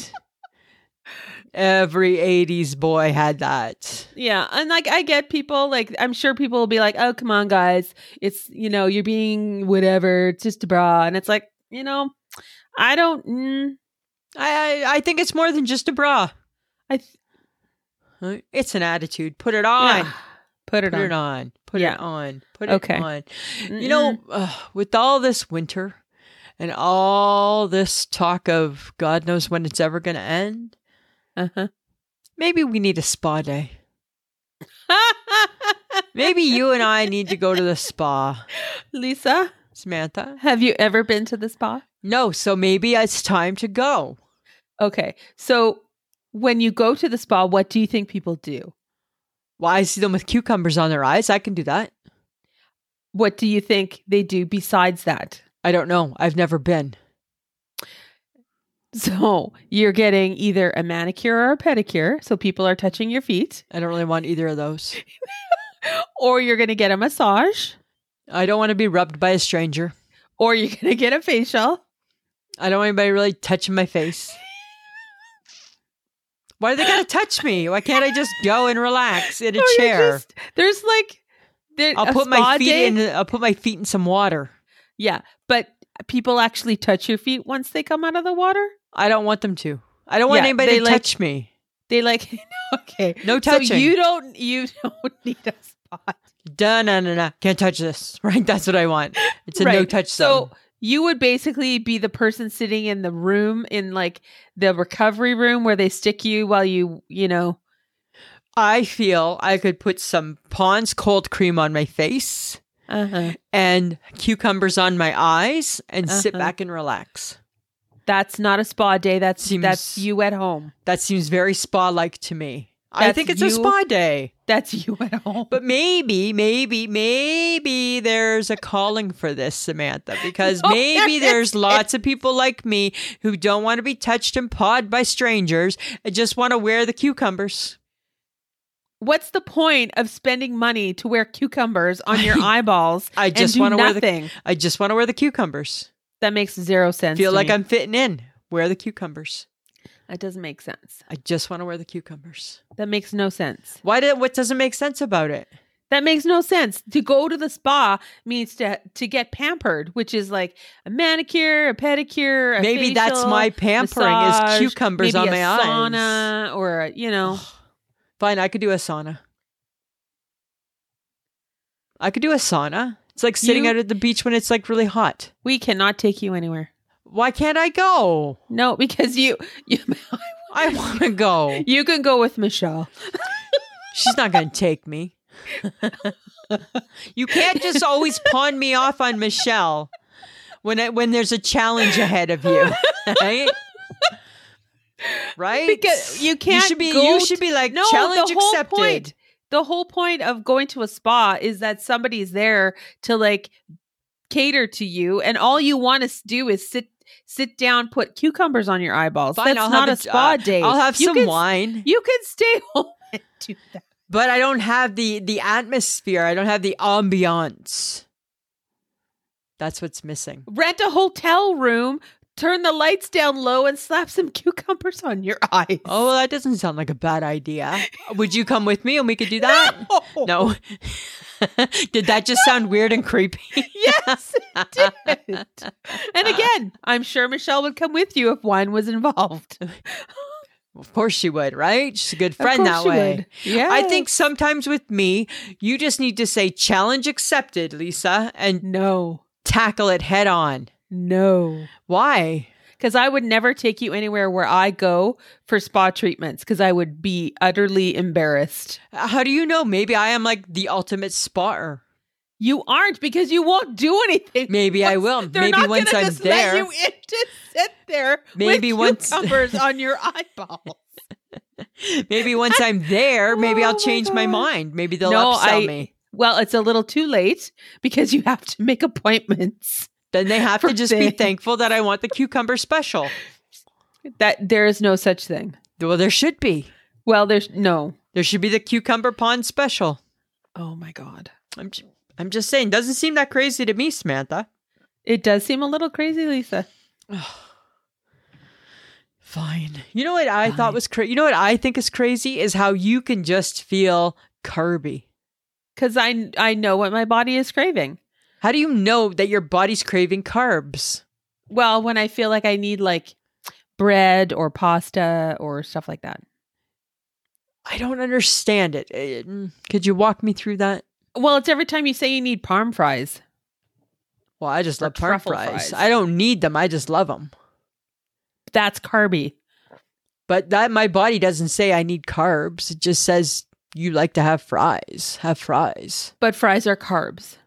Speaker 1: Every 80s boy had that.
Speaker 2: Yeah, and like I get people like I'm sure people will be like, "Oh, come on, guys, it's you know you're being whatever, it's just a bra," and it's like you know, I don't. Mm,
Speaker 1: I I, I think it's more than just a bra.
Speaker 2: I th-
Speaker 1: right? It's an attitude. Put it on.
Speaker 2: yeah. put it
Speaker 1: Put
Speaker 2: on.
Speaker 1: it on. Put
Speaker 2: Yeah.
Speaker 1: it on. Put
Speaker 2: Okay.
Speaker 1: it on.
Speaker 2: Mm-mm.
Speaker 1: You know, uh, with all this winter and all this talk of God knows when it's ever going to end,
Speaker 2: Uh-huh.
Speaker 1: maybe we need a spa day. Maybe you and I need to go to the spa,
Speaker 2: Lisa,
Speaker 1: Samantha.
Speaker 2: have you ever been to the spa?
Speaker 1: No, so maybe it's time to go.
Speaker 2: Okay, so when you go to the spa, what do you think people do?
Speaker 1: Why I see them with cucumbers on their eyes. I can do that.
Speaker 2: What do you think they do besides that?
Speaker 1: I don't know. I've never been.
Speaker 2: So you're getting either a manicure or a pedicure, so people are touching your feet,
Speaker 1: I don't really want either of those.
Speaker 2: or you're going to get a massage.
Speaker 1: I don't want to be rubbed by a stranger.
Speaker 2: or you're gonna get a facial.
Speaker 1: I don't want anybody really touching my face. Why do they gotta touch me? Why can't I just go and relax in a
Speaker 2: Or Oh, you're
Speaker 1: chair?
Speaker 2: just- there's like There-
Speaker 1: I'll
Speaker 2: a
Speaker 1: put my
Speaker 2: spa
Speaker 1: feet
Speaker 2: day-
Speaker 1: in. I'll put my feet in some water.
Speaker 2: Yeah, but people actually touch your feet once they come out of the water.
Speaker 1: I don't want them to. I don't want
Speaker 2: Yeah,
Speaker 1: anybody
Speaker 2: they
Speaker 1: to
Speaker 2: like-
Speaker 1: touch me.
Speaker 2: They like okay,
Speaker 1: No
Speaker 2: So
Speaker 1: touching.
Speaker 2: you don't you don't need a spot.
Speaker 1: Dun, nah, nah, nah. Can't touch this. Right? That's what I want. It's a
Speaker 2: Right.
Speaker 1: no touch
Speaker 2: So
Speaker 1: zone.
Speaker 2: you would basically be the person sitting in the room in like the recovery room where they stick you while you you know
Speaker 1: I feel I could put some Pond's cold cream on my face
Speaker 2: uh-huh.
Speaker 1: and cucumbers on my eyes and sit
Speaker 2: Uh-huh.
Speaker 1: back and relax.
Speaker 2: that's not a spa day. That's
Speaker 1: Seems-
Speaker 2: that's you at home.
Speaker 1: That seems very spa like to me. I
Speaker 2: That's
Speaker 1: think it's a
Speaker 2: you?
Speaker 1: spa day.
Speaker 2: That's you at home.
Speaker 1: But maybe, maybe, maybe there's a calling for this, Samantha, because
Speaker 2: No,
Speaker 1: maybe
Speaker 2: there
Speaker 1: there's lots of people like me who don't want to be touched and pawed by strangers and just want to wear the cucumbers.
Speaker 2: What's the point of spending money to wear cucumbers on your eyeballs?
Speaker 1: I just
Speaker 2: want
Speaker 1: want
Speaker 2: to
Speaker 1: to wear the
Speaker 2: nothing?
Speaker 1: I just want to wear the cucumbers.
Speaker 2: That makes zero sense.
Speaker 1: Feel
Speaker 2: to
Speaker 1: like
Speaker 2: me.
Speaker 1: I'm fitting in. Wear the cucumbers.
Speaker 2: That doesn't make sense.
Speaker 1: I just want to wear the cucumbers.
Speaker 2: That makes no sense.
Speaker 1: Why did what doesn't make sense about it?
Speaker 2: That makes no sense. To go to the spa means to to get pampered, which is like a manicure, a pedicure. A
Speaker 1: maybe that's
Speaker 2: facial,
Speaker 1: my pampering
Speaker 2: massage,
Speaker 1: is cucumbers
Speaker 2: maybe
Speaker 1: on
Speaker 2: a
Speaker 1: my eyes.
Speaker 2: sauna, or a, you know,
Speaker 1: Fine, I could do a sauna. I could do a sauna. It's like sitting
Speaker 2: You-
Speaker 1: out at the beach when it's like really hot.
Speaker 2: we cannot take you anywhere.
Speaker 1: Why can't I go?
Speaker 2: No, because you you
Speaker 1: I want to go.
Speaker 2: you can go with Michelle.
Speaker 1: She's not going to take me. you can't just always pawn me off on Michelle when I, when there's a challenge ahead of you, right? Right?
Speaker 2: Because you can't
Speaker 1: You should be.
Speaker 2: go
Speaker 1: you
Speaker 2: t-
Speaker 1: should be like
Speaker 2: No,
Speaker 1: challenge
Speaker 2: the whole
Speaker 1: accepted.
Speaker 2: point. The whole point of going to a spa is that somebody's there to like cater to you, and all you want to do is sit sit down, put cucumbers on your eyeballs.
Speaker 1: Fine,
Speaker 2: That's
Speaker 1: I'll
Speaker 2: not a,
Speaker 1: have a- uh,
Speaker 2: spa day.
Speaker 1: I'll have
Speaker 2: you
Speaker 1: some
Speaker 2: can,
Speaker 1: wine,
Speaker 2: You can stay home and do that.
Speaker 1: but I don't have the the atmosphere. I don't have the ambiance. That's what's missing.
Speaker 2: Rent a hotel room, turn the lights down low, and slap some cucumbers on your eyes.
Speaker 1: Oh, well, that doesn't sound like a bad idea. Would you come with me and we could do that?
Speaker 2: No.
Speaker 1: No. Did that just sound weird and creepy?
Speaker 2: Yes, it did. and again, I'm sure Michelle would come with you if wine was involved.
Speaker 1: Of course she would, right? She's a good
Speaker 2: Of
Speaker 1: friend
Speaker 2: course
Speaker 1: that
Speaker 2: you
Speaker 1: way.
Speaker 2: would. Yeah.
Speaker 1: I think sometimes with me, you just need to say challenge accepted, Lisa, and
Speaker 2: no,
Speaker 1: tackle it head on.
Speaker 2: no.
Speaker 1: Why?
Speaker 2: Because I would never take you anywhere where I go for spa treatments because I would be utterly embarrassed.
Speaker 1: How do you know? Maybe I am like the ultimate spotter.
Speaker 2: You aren't because you won't do anything.
Speaker 1: Maybe I will.
Speaker 2: They're
Speaker 1: Maybe
Speaker 2: not
Speaker 1: once
Speaker 2: gonna
Speaker 1: I'm
Speaker 2: just
Speaker 1: there.
Speaker 2: Let you in to sit there
Speaker 1: Maybe
Speaker 2: with
Speaker 1: once-
Speaker 2: cucumbers on your eyeball.
Speaker 1: Maybe once I'm there, maybe
Speaker 2: Oh
Speaker 1: I'll
Speaker 2: my
Speaker 1: change my
Speaker 2: God.
Speaker 1: mind. Maybe they'll
Speaker 2: No,
Speaker 1: upsell
Speaker 2: I-
Speaker 1: me.
Speaker 2: Well, it's a little too late because you have to make appointments.
Speaker 1: Then they have to
Speaker 2: for
Speaker 1: just be
Speaker 2: things.
Speaker 1: thankful that I want the cucumber special.
Speaker 2: That there is no such thing.
Speaker 1: Well, there should be.
Speaker 2: Well, there's no.
Speaker 1: There should be the cucumber pond special.
Speaker 2: Oh my god.
Speaker 1: I'm ju- I'm just saying, doesn't seem that crazy to me, Samantha.
Speaker 2: It does seem a little crazy, Lisa.
Speaker 1: Fine. You know what I thought
Speaker 2: Fine.
Speaker 1: was crazy? You know what I think is crazy is how you can just feel Kirby.
Speaker 2: Cuz I I know what my body is craving.
Speaker 1: How do you know that your body's craving carbs?
Speaker 2: Well, when I feel like I need like bread or pasta or stuff like that.
Speaker 1: I don't understand it. Eh, mm, Could you walk me through that?
Speaker 2: Well, it's every time you say you need parm fries.
Speaker 1: Well, I just
Speaker 2: Or
Speaker 1: love parm
Speaker 2: truffle
Speaker 1: fries.
Speaker 2: fries.
Speaker 1: I don't need them. I just love them.
Speaker 2: That's carby.
Speaker 1: But that my body doesn't say I need carbs. It just says you like to have fries. Have fries.
Speaker 2: But fries are carbs.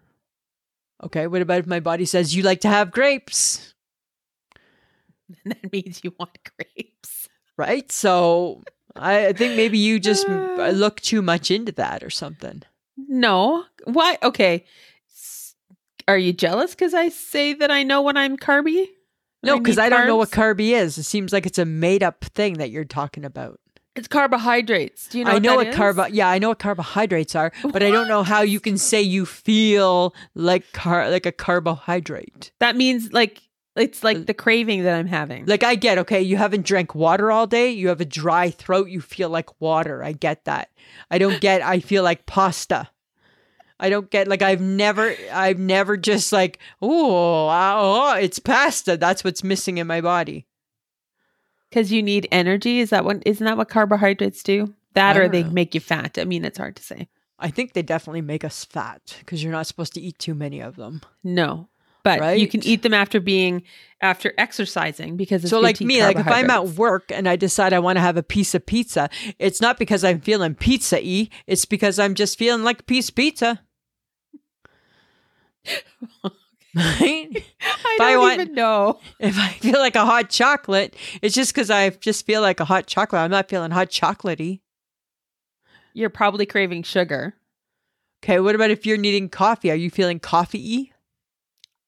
Speaker 1: Okay. What about if my body says you like to have grapes?
Speaker 2: And that means you want grapes.
Speaker 1: right? So I I think maybe you just m- uh, look too much into that or something.
Speaker 2: No. Why? Okay. S- Are you jealous cuz I say that I know when I'm carby?
Speaker 1: No, because
Speaker 2: need
Speaker 1: I don't know what
Speaker 2: carbs?
Speaker 1: carby is. It seems like it's a made up thing that you're talking about.
Speaker 2: It's carbohydrates. Do you know
Speaker 1: I
Speaker 2: what
Speaker 1: know
Speaker 2: that
Speaker 1: what
Speaker 2: is?
Speaker 1: carb. Yeah, I know what carbohydrates are, but I don't know how you can say you feel like car like a carbohydrate.
Speaker 2: That means like it's
Speaker 1: Uh,
Speaker 2: like the craving that I'm having.
Speaker 1: Like I get, okay, you haven't drank water all day. You have a dry throat. You feel like water. I get that. I don't get. I feel like pasta. I don't get like I've never I've never just like oh, oh it's pasta that's what's missing in my body.
Speaker 2: Because you need energy. Is that what? Isn't that what carbohydrates do? That
Speaker 1: I
Speaker 2: or
Speaker 1: don't
Speaker 2: they
Speaker 1: know.
Speaker 2: make you fat. I mean, it's hard to say.
Speaker 1: I think they definitely make us fat because you're not supposed to eat too many of them.
Speaker 2: No, but you can
Speaker 1: Right.
Speaker 2: eat them after being after exercising because it's
Speaker 1: so
Speaker 2: good
Speaker 1: like
Speaker 2: to eat
Speaker 1: me, like if I'm at
Speaker 2: carbohydrates.
Speaker 1: work and I decide I want to have a piece of pizza, it's not because I'm feeling pizza y, it's because I'm just feeling like a piece of pizza. Right?
Speaker 2: I
Speaker 1: if I
Speaker 2: don't
Speaker 1: want-
Speaker 2: even know.
Speaker 1: If I feel like a hot chocolate, it's just because I just feel like a hot chocolate. I'm not feeling hot chocolatey.
Speaker 2: You're probably craving sugar.
Speaker 1: Okay, what about if you're needing coffee? Are you feeling coffee y?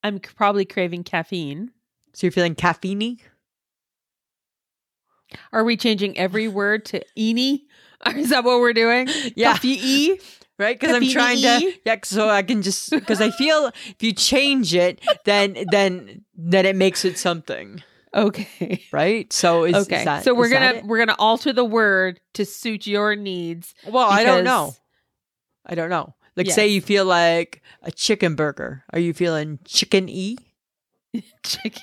Speaker 2: I'm c- probably craving caffeine.
Speaker 1: So you're feeling caffeine y?
Speaker 2: Are we changing every word to "eeny"? Is that what we're doing?
Speaker 1: Yeah.
Speaker 2: Coffee-y?
Speaker 1: right? Because I'm trying to,
Speaker 2: Caffeine-y.
Speaker 1: yeah. So I can just because I feel if you change it, then then then it makes it something,
Speaker 2: Okay.
Speaker 1: right? So is,
Speaker 2: okay.
Speaker 1: is that,
Speaker 2: so we're
Speaker 1: is that
Speaker 2: gonna we're gonna alter the word to suit your needs.
Speaker 1: it? well, I don't know,
Speaker 2: because-
Speaker 1: I don't know. Like, say
Speaker 2: Yes.
Speaker 1: you feel like a chicken burger. Are you feeling chicken e
Speaker 2: Chicken.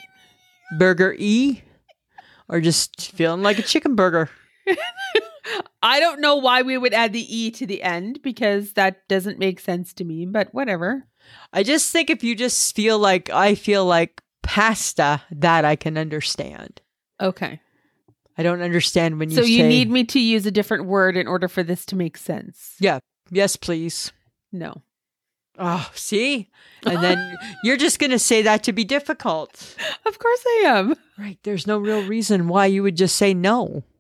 Speaker 1: burger e, or just feeling like a chicken burger?
Speaker 2: I don't know why we would add the e to the end because that doesn't make sense to me. But whatever.
Speaker 1: I just think if you just feel like I feel like pasta, that I can understand.
Speaker 2: Okay.
Speaker 1: I don't understand when you
Speaker 2: so you
Speaker 1: say,
Speaker 2: need me to use a different word in order for this to make sense.
Speaker 1: yes, please.
Speaker 2: No.
Speaker 1: Oh, see? And then you're just going to say that to be difficult.
Speaker 2: Of course I am.
Speaker 1: Right. There's no real reason why you would just say no.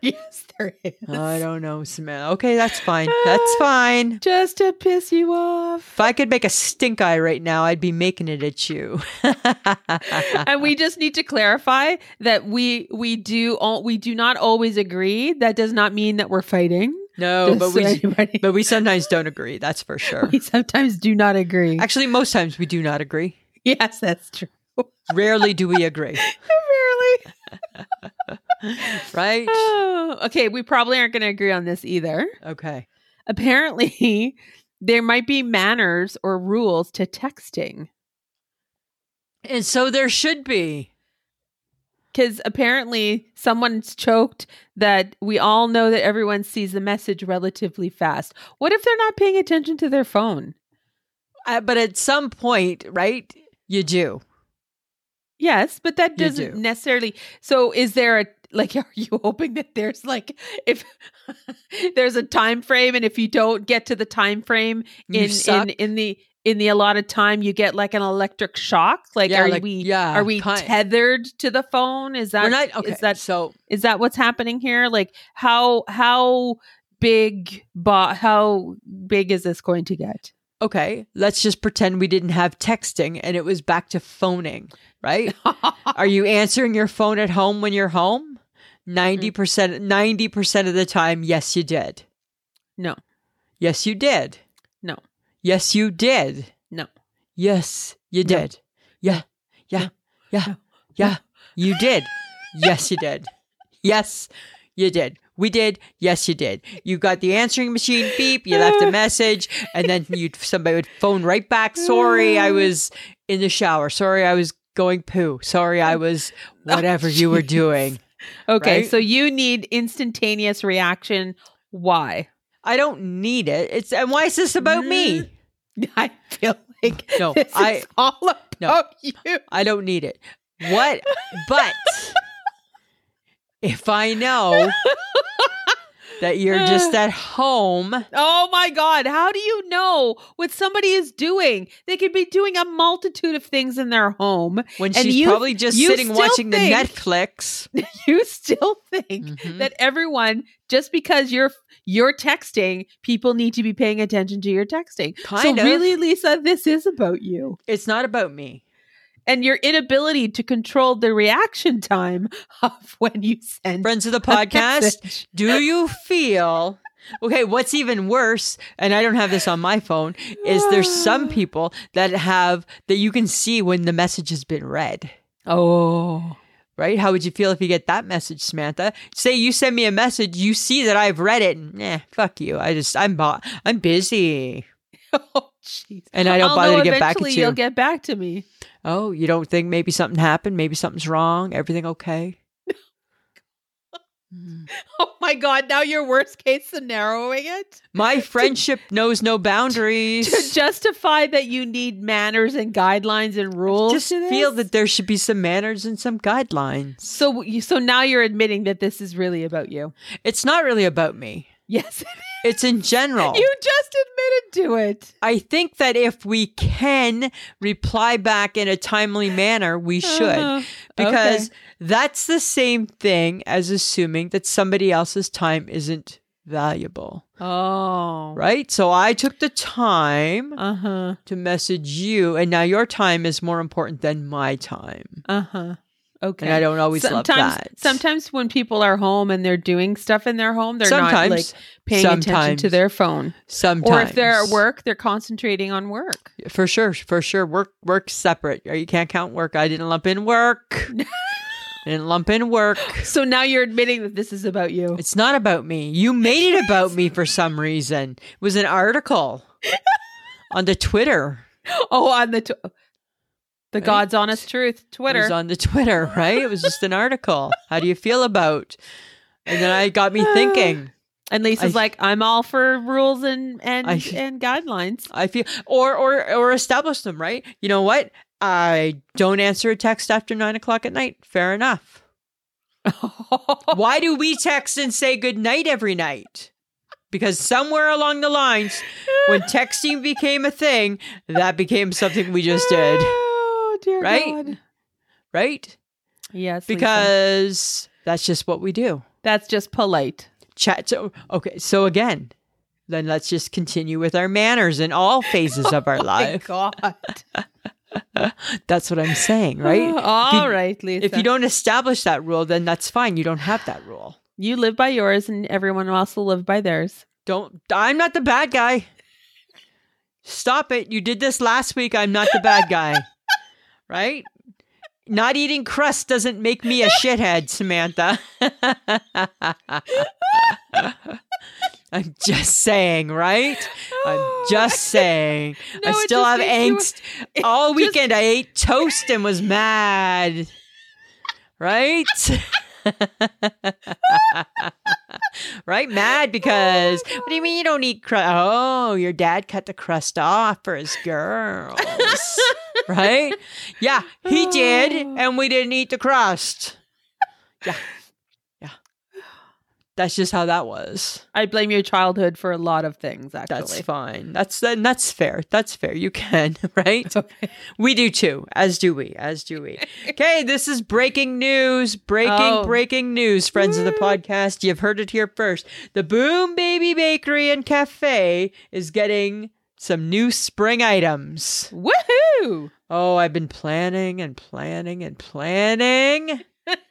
Speaker 2: Yes, there is.
Speaker 1: I don't know, Samantha. Okay, that's fine. That's fine.
Speaker 2: Just to piss you off.
Speaker 1: If I could make a stink eye right now, I'd be making it at you.
Speaker 2: and we just need to clarify that we we do all, we do not always agree. That does not mean that we're fighting.
Speaker 1: no,
Speaker 2: Just
Speaker 1: Oh, but
Speaker 2: so
Speaker 1: we
Speaker 2: anybody-
Speaker 1: but we sometimes don't agree. That's for sure.
Speaker 2: we sometimes do not agree.
Speaker 1: Actually, most times we do not agree.
Speaker 2: yes, that's true.
Speaker 1: Rarely do we agree,
Speaker 2: Really?
Speaker 1: right?
Speaker 2: Oh, okay, we probably aren't going to agree on this either.
Speaker 1: Okay.
Speaker 2: Apparently, there might be manners or rules to texting
Speaker 1: And so there should be.
Speaker 2: because apparently someone's choked that we all know that everyone sees the message relatively fast. What if they're not paying attention to their phone?
Speaker 1: Uh, but at some point, right? You do.
Speaker 2: Yes, but that
Speaker 1: You
Speaker 2: doesn't
Speaker 1: do.
Speaker 2: necessarily. So, is there a like? Are you hoping that there's like if there's a time frame, and if you don't get to the time frame
Speaker 1: You
Speaker 2: in
Speaker 1: suck.
Speaker 2: in in the in the allotted time, you get like an electric shock? Like,
Speaker 1: Yeah,
Speaker 2: are
Speaker 1: like-
Speaker 2: we
Speaker 1: yeah,
Speaker 2: are we
Speaker 1: kind-
Speaker 2: tethered to the phone? Is that
Speaker 1: We're not okay.
Speaker 2: is that
Speaker 1: so
Speaker 2: is that what's happening here? Like, how how big bo- how big is this going to get?
Speaker 1: okay? Let's just pretend we didn't have texting and it was back to phoning, right? Are you answering your phone at home when you're home?
Speaker 2: Mm-hmm.
Speaker 1: Ninety percent, ninety percent of the time, yes, you did.
Speaker 2: No.
Speaker 1: Yes, you did.
Speaker 2: No.
Speaker 1: Yes, you did.
Speaker 2: No.
Speaker 1: Yes, you did. Yeah, yeah, yeah, yeah. You did. Yes, you did. Yes, you did. We did. Yes, you did. You got the answering machine beep. You left a message, and then you somebody would phone right back. Sorry, I was in the shower. Sorry, I was going poo. Sorry, I was whatever you were
Speaker 2: Oh. jeez.
Speaker 1: doing.
Speaker 2: Okay,
Speaker 1: Right?
Speaker 2: so you need instantaneous reaction. Why?
Speaker 1: I don't need it. It's and why is this about
Speaker 2: Mm.
Speaker 1: me?
Speaker 2: I feel like
Speaker 1: No,
Speaker 2: this
Speaker 1: I-
Speaker 2: is all about
Speaker 1: no.
Speaker 2: you.
Speaker 1: I don't need it. What? But if I know that you're just at home,
Speaker 2: Oh my God. How do you know what somebody is doing? They could be doing a multitude of things in their home.
Speaker 1: when
Speaker 2: And
Speaker 1: she's
Speaker 2: you-
Speaker 1: probably just
Speaker 2: you
Speaker 1: sitting
Speaker 2: still
Speaker 1: watching
Speaker 2: think-
Speaker 1: the Netflix,
Speaker 2: You still think
Speaker 1: Mhm.
Speaker 2: that everyone, just because you're you're texting, people need to be paying attention to your texting.
Speaker 1: Kind
Speaker 2: so
Speaker 1: of.
Speaker 2: really, Lisa, this is about you.
Speaker 1: it's not about me.
Speaker 2: And your inability to control the reaction time of when you send
Speaker 1: Friends of the
Speaker 2: a
Speaker 1: podcast,
Speaker 2: message.
Speaker 1: do you feel okay what's even worse and i don't have this on my phone is there's some people that have that you can see when the message has been read
Speaker 2: Oh.
Speaker 1: right? How would you feel if you get that message, Samantha? Say you send me a message, you see that I've read it, and eh, fuck you. I just I'm bo- I'm busy,
Speaker 2: oh, jeez.
Speaker 1: and I don't
Speaker 2: Although
Speaker 1: bother to get back
Speaker 2: eventually
Speaker 1: at
Speaker 2: You'll
Speaker 1: you.
Speaker 2: get back to me.
Speaker 1: oh, you don't think maybe something happened? Maybe something's wrong? Everything okay? Mm.
Speaker 2: Oh my God! Now you're worst case scenarioing it
Speaker 1: My friendship knows no boundaries.
Speaker 2: to justify that you need manners and guidelines and rules.
Speaker 1: Just
Speaker 2: to
Speaker 1: feel
Speaker 2: this?
Speaker 1: that there should be some manners and some guidelines.
Speaker 2: So you, so now you're admitting that this is really about you.
Speaker 1: It's not really about me.
Speaker 2: Yes,
Speaker 1: It's in general.
Speaker 2: you just admitted to it.
Speaker 1: I think that if we can reply back in a timely manner, we should.
Speaker 2: Uh-huh.
Speaker 1: Because
Speaker 2: Okay.
Speaker 1: that's the same thing as assuming that somebody else's time isn't valuable,
Speaker 2: Oh.
Speaker 1: right? So I took the time
Speaker 2: Uh huh.
Speaker 1: to message you, and now your time is more important than my time.
Speaker 2: Uh huh. Okay.
Speaker 1: And I don't always
Speaker 2: sometimes,
Speaker 1: love that.
Speaker 2: sometimes when people are home and they're doing stuff in their home, they're not like
Speaker 1: Sometimes.
Speaker 2: paying attention to
Speaker 1: Sometimes.
Speaker 2: their phone.
Speaker 1: sometimes,
Speaker 2: Or if they're at work, they're concentrating on work.
Speaker 1: for sure, for sure, work, work separate. You can't count work. I didn't lump in work. I didn't lump in work.
Speaker 2: So now you're admitting that this is about you.
Speaker 1: It's not about me. You made it about me for some reason. It was an article on the Twitter.
Speaker 2: Oh, on the tw- the
Speaker 1: Right?
Speaker 2: God's honest truth
Speaker 1: It
Speaker 2: Twitter.
Speaker 1: was on the Twitter, right? It was just an article. How do you feel about? And then I got me thinking.
Speaker 2: and Lisa's
Speaker 1: I-
Speaker 2: like, I'm all for rules and and
Speaker 1: I-
Speaker 2: and guidelines.
Speaker 1: I feel or or or establish them, right? You know what? I don't answer a text after nine o'clock at night. Fair enough. Why do we text and say good night every night? Because somewhere along the lines, when texting became a thing, that became something we just did,
Speaker 2: Oh dear
Speaker 1: Right?
Speaker 2: God.
Speaker 1: right?
Speaker 2: Yes, Lisa.
Speaker 1: Because that's just what we do.
Speaker 2: that's just polite.
Speaker 1: Chat. So, okay. So again, then let's just continue with our manners in all phases of our
Speaker 2: Oh My
Speaker 1: life.
Speaker 2: God.
Speaker 1: That's what I'm saying, right?
Speaker 2: All
Speaker 1: you-
Speaker 2: right, Lisa.
Speaker 1: If you don't establish that rule, then that's fine. You don't have that rule.
Speaker 2: You live by yours, and everyone else will live by theirs.
Speaker 1: Don't. I'm not the bad guy. Stop it. You did this last week. I'm not the bad guy. right? Not eating crust doesn't make me a shithead, Samantha. I'm just saying, right? I'm just saying.
Speaker 2: No,
Speaker 1: I
Speaker 2: it
Speaker 1: still
Speaker 2: just
Speaker 1: have
Speaker 2: makes
Speaker 1: angst.
Speaker 2: it
Speaker 1: All
Speaker 2: just-
Speaker 1: weekend I ate toast and was mad. Right? right? Mad because what do you mean you don't eat crust? Oh, your dad cut the crust off for his girls. right? Yeah, he did,
Speaker 2: Oh.
Speaker 1: and we didn't eat the crust. Yeah. Yeah. That's just how that was.
Speaker 2: I blame your childhood for a lot of things. Actually,
Speaker 1: That's fine. That's then that's fair. That's fair. You can, right?
Speaker 2: Okay.
Speaker 1: We do too, as do we, as do we. Okay, this is breaking news, breaking,
Speaker 2: Oh.
Speaker 1: breaking news, friends of the
Speaker 2: Woo.
Speaker 1: podcast. You've heard it here first. The Boom Baby Bakery and Cafe is getting some new spring items.
Speaker 2: Woohoo!
Speaker 1: Oh, I've been planning and planning and planning.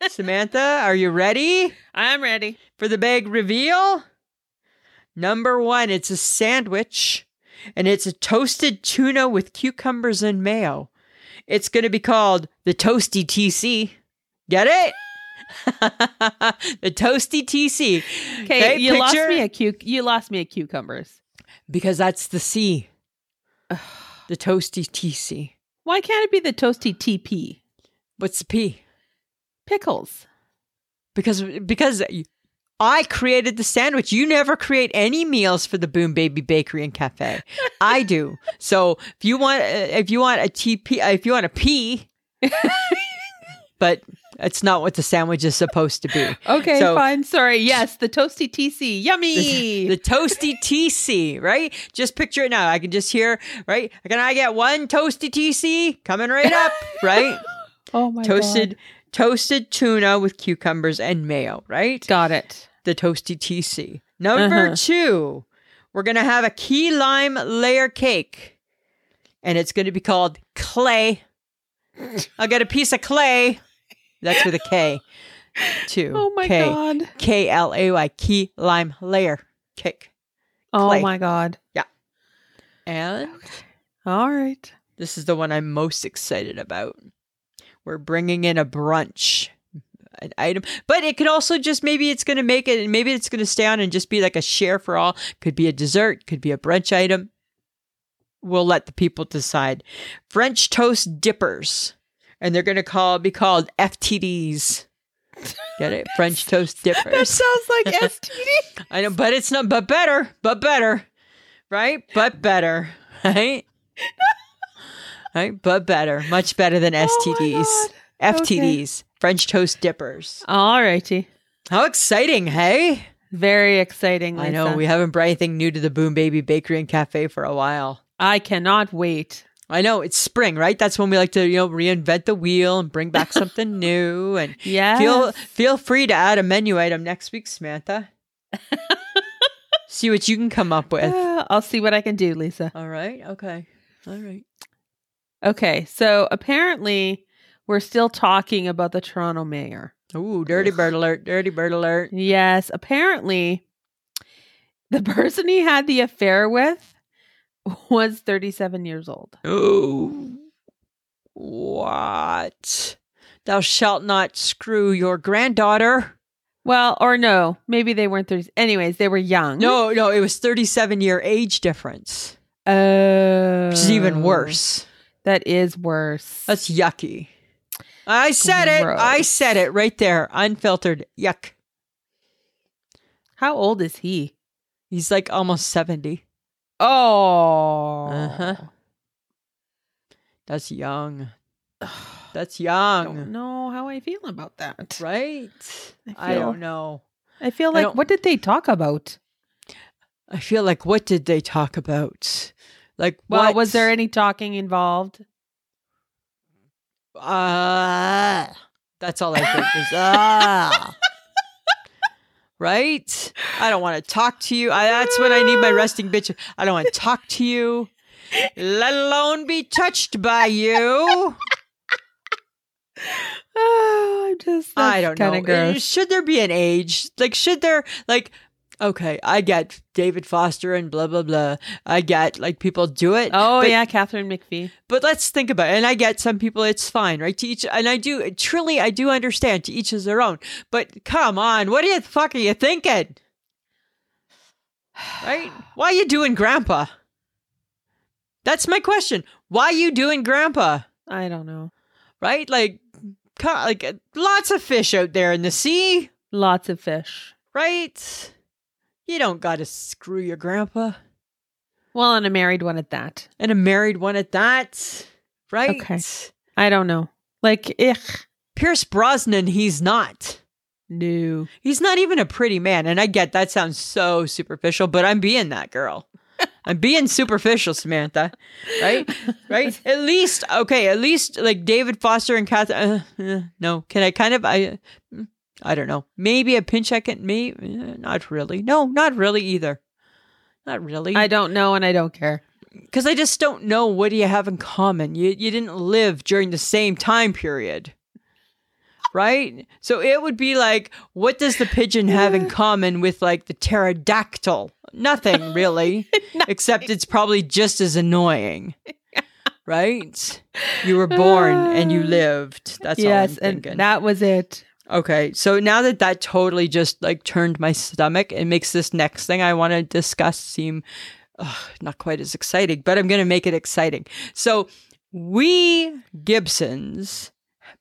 Speaker 1: Samantha, are you ready
Speaker 2: I'm ready.
Speaker 1: for the big reveal? Number one, it's a sandwich and it's a toasted tuna with cucumbers and mayo. It's going to be called the Toasty TC. Get it? the Toasty TC.
Speaker 2: Okay, you lost
Speaker 1: picture-
Speaker 2: me a cu- You lost me a cucumbers.
Speaker 1: Because that's the C, the Toasty TC.
Speaker 2: Why can't it be the toasty TP
Speaker 1: What's the P?
Speaker 2: pickles?
Speaker 1: because because I created the sandwich. You never create any meals for the Boom Baby Bakery and Cafe. I do. So if you want uh, if you want a TP uh, if you want a P, but it's not what the sandwich is supposed to be.
Speaker 2: Okay,
Speaker 1: So-
Speaker 2: fine. Sorry. Yes, the toasty TC. Yummy.
Speaker 1: The toasty TC, right? Just picture it now. I can just hear, right? Can I get one toasty TC coming right up, right?
Speaker 2: oh my
Speaker 1: toasted
Speaker 2: God.
Speaker 1: toasted tuna with cucumbers and mayo, right?
Speaker 2: Got it.
Speaker 1: the toasty TC. Number
Speaker 2: Uh-huh.
Speaker 1: two, we're gonna have a key lime layer cake, and it's gonna be called clay. I'll get a piece of clay. That's with a K. Two.
Speaker 2: Oh my
Speaker 1: K.
Speaker 2: God.
Speaker 1: K L A Y key lime layer cake.
Speaker 2: Oh
Speaker 1: Clay.
Speaker 2: my God.
Speaker 1: And
Speaker 2: All right.
Speaker 1: this is the one I'm most excited about. We're bringing in a brunch an item, but it could also just maybe it's going to make it, maybe it's going to stay on and just be like a share for all. Could be a dessert, could be a brunch item. We'll let the people decide. French toast dippers, and they're going to call be called FTDs. Get it? French toast
Speaker 2: That
Speaker 1: dippers.
Speaker 2: sounds like STD.
Speaker 1: I know, but it's not, but better, but better, right? But better, right? right? But better, much better than
Speaker 2: Oh my
Speaker 1: STDs,
Speaker 2: God.
Speaker 1: FTDs, French toast dippers.
Speaker 2: All righty.
Speaker 1: How exciting, hey?
Speaker 2: Very exciting. Lisa.
Speaker 1: I know we haven't brought anything new to the Boom Baby Bakery and Cafe for a while.
Speaker 2: I cannot wait.
Speaker 1: I know it's spring, right? That's when we like to, you know, reinvent the wheel and bring back something new. And
Speaker 2: Yeah.
Speaker 1: feel feel free to add a menu item next week, Samantha. See what you can come up with.
Speaker 2: I'll see what I can do, Lisa.
Speaker 1: All right. Okay. All right.
Speaker 2: Okay. So apparently, we're still talking about the Toronto mayor.
Speaker 1: Ooh, dirty bird alert! Dirty bird alert!
Speaker 2: Yes. Apparently, the person he had the affair with was 37 years old.
Speaker 1: Ooh, what? Thou shalt not screw your granddaughter.
Speaker 2: Well, or no, maybe they weren't 30. Anyways, they were young.
Speaker 1: No, no, it was thirty-seven year age difference,
Speaker 2: Oh.
Speaker 1: which is even worse.
Speaker 2: That is worse.
Speaker 1: That's yucky. I said it. I
Speaker 2: Gross.
Speaker 1: said it right there. Unfiltered. Yuck.
Speaker 2: How old is he?
Speaker 1: He's like almost seventy.
Speaker 2: Oh.
Speaker 1: Uh-huh. That's young. That's young,
Speaker 2: don't know how I feel about that.
Speaker 1: right?
Speaker 2: I
Speaker 1: I
Speaker 2: feel-
Speaker 1: don't know.
Speaker 2: I feel
Speaker 1: I
Speaker 2: like
Speaker 1: don't-
Speaker 2: what did they talk about?
Speaker 1: I feel like what did they talk about? Like
Speaker 2: Well,
Speaker 1: what
Speaker 2: was there any talking involved?
Speaker 1: Ah, that's all I think is ah. Right? I don't want to talk to you. I, that's when I need my resting bitch. I don't want to talk to you, let alone be touched by you.
Speaker 2: Oh, I'm just
Speaker 1: I don't know.
Speaker 2: kind of gross.
Speaker 1: Should there be an age? Like, should there like? Okay, I get David Foster and blah blah blah. I get like people do it.
Speaker 2: Oh
Speaker 1: but
Speaker 2: yeah, Catherine McPhee.
Speaker 1: But let's think about it. And I get some people, it's fine, right? To each, and I do, truly, I do understand to each is their own. But come on, what the fuck are you thinking? Right? Why you doing grandpa? That's my question. Why you doing grandpa?
Speaker 2: I don't know.
Speaker 1: Right? Like, co- like uh, lots of fish out there in the sea,
Speaker 2: Lots of fish.
Speaker 1: right? You don't got to screw your grandpa.
Speaker 2: Well, and a married one at that.
Speaker 1: And a married one at that, right?
Speaker 2: Okay. I don't know. Like, ich.
Speaker 1: Pierce Brosnan, he's not.
Speaker 2: No.
Speaker 1: He's not even a pretty man. And I get that sounds so superficial, but I'm being that girl. I'm being superficial, Samantha. Right? Right? At least, okay, at least like David Foster and Kath. Uh, uh, no, can I kind of, I, mm, I don't know. Maybe a pinch I can, maybe, uh, not really. No, not really either. Not really.
Speaker 2: I don't know and I don't care.
Speaker 1: Because I just don't know what do you have in common. You you didn't live during the same time period. Right? So it would be like, what does the pigeon have in common with like the pterodactyl? Nothing really. Except it's probably just as annoying. Right? You were born and you lived. That's all
Speaker 2: yes,
Speaker 1: I'm
Speaker 2: and
Speaker 1: thinking.
Speaker 2: that was it.
Speaker 1: Okay, so now that that totally just like turned my stomach, it makes this next thing I want to discuss seem ugh, not quite as exciting, but I'm going to make it exciting. So, we Gibsons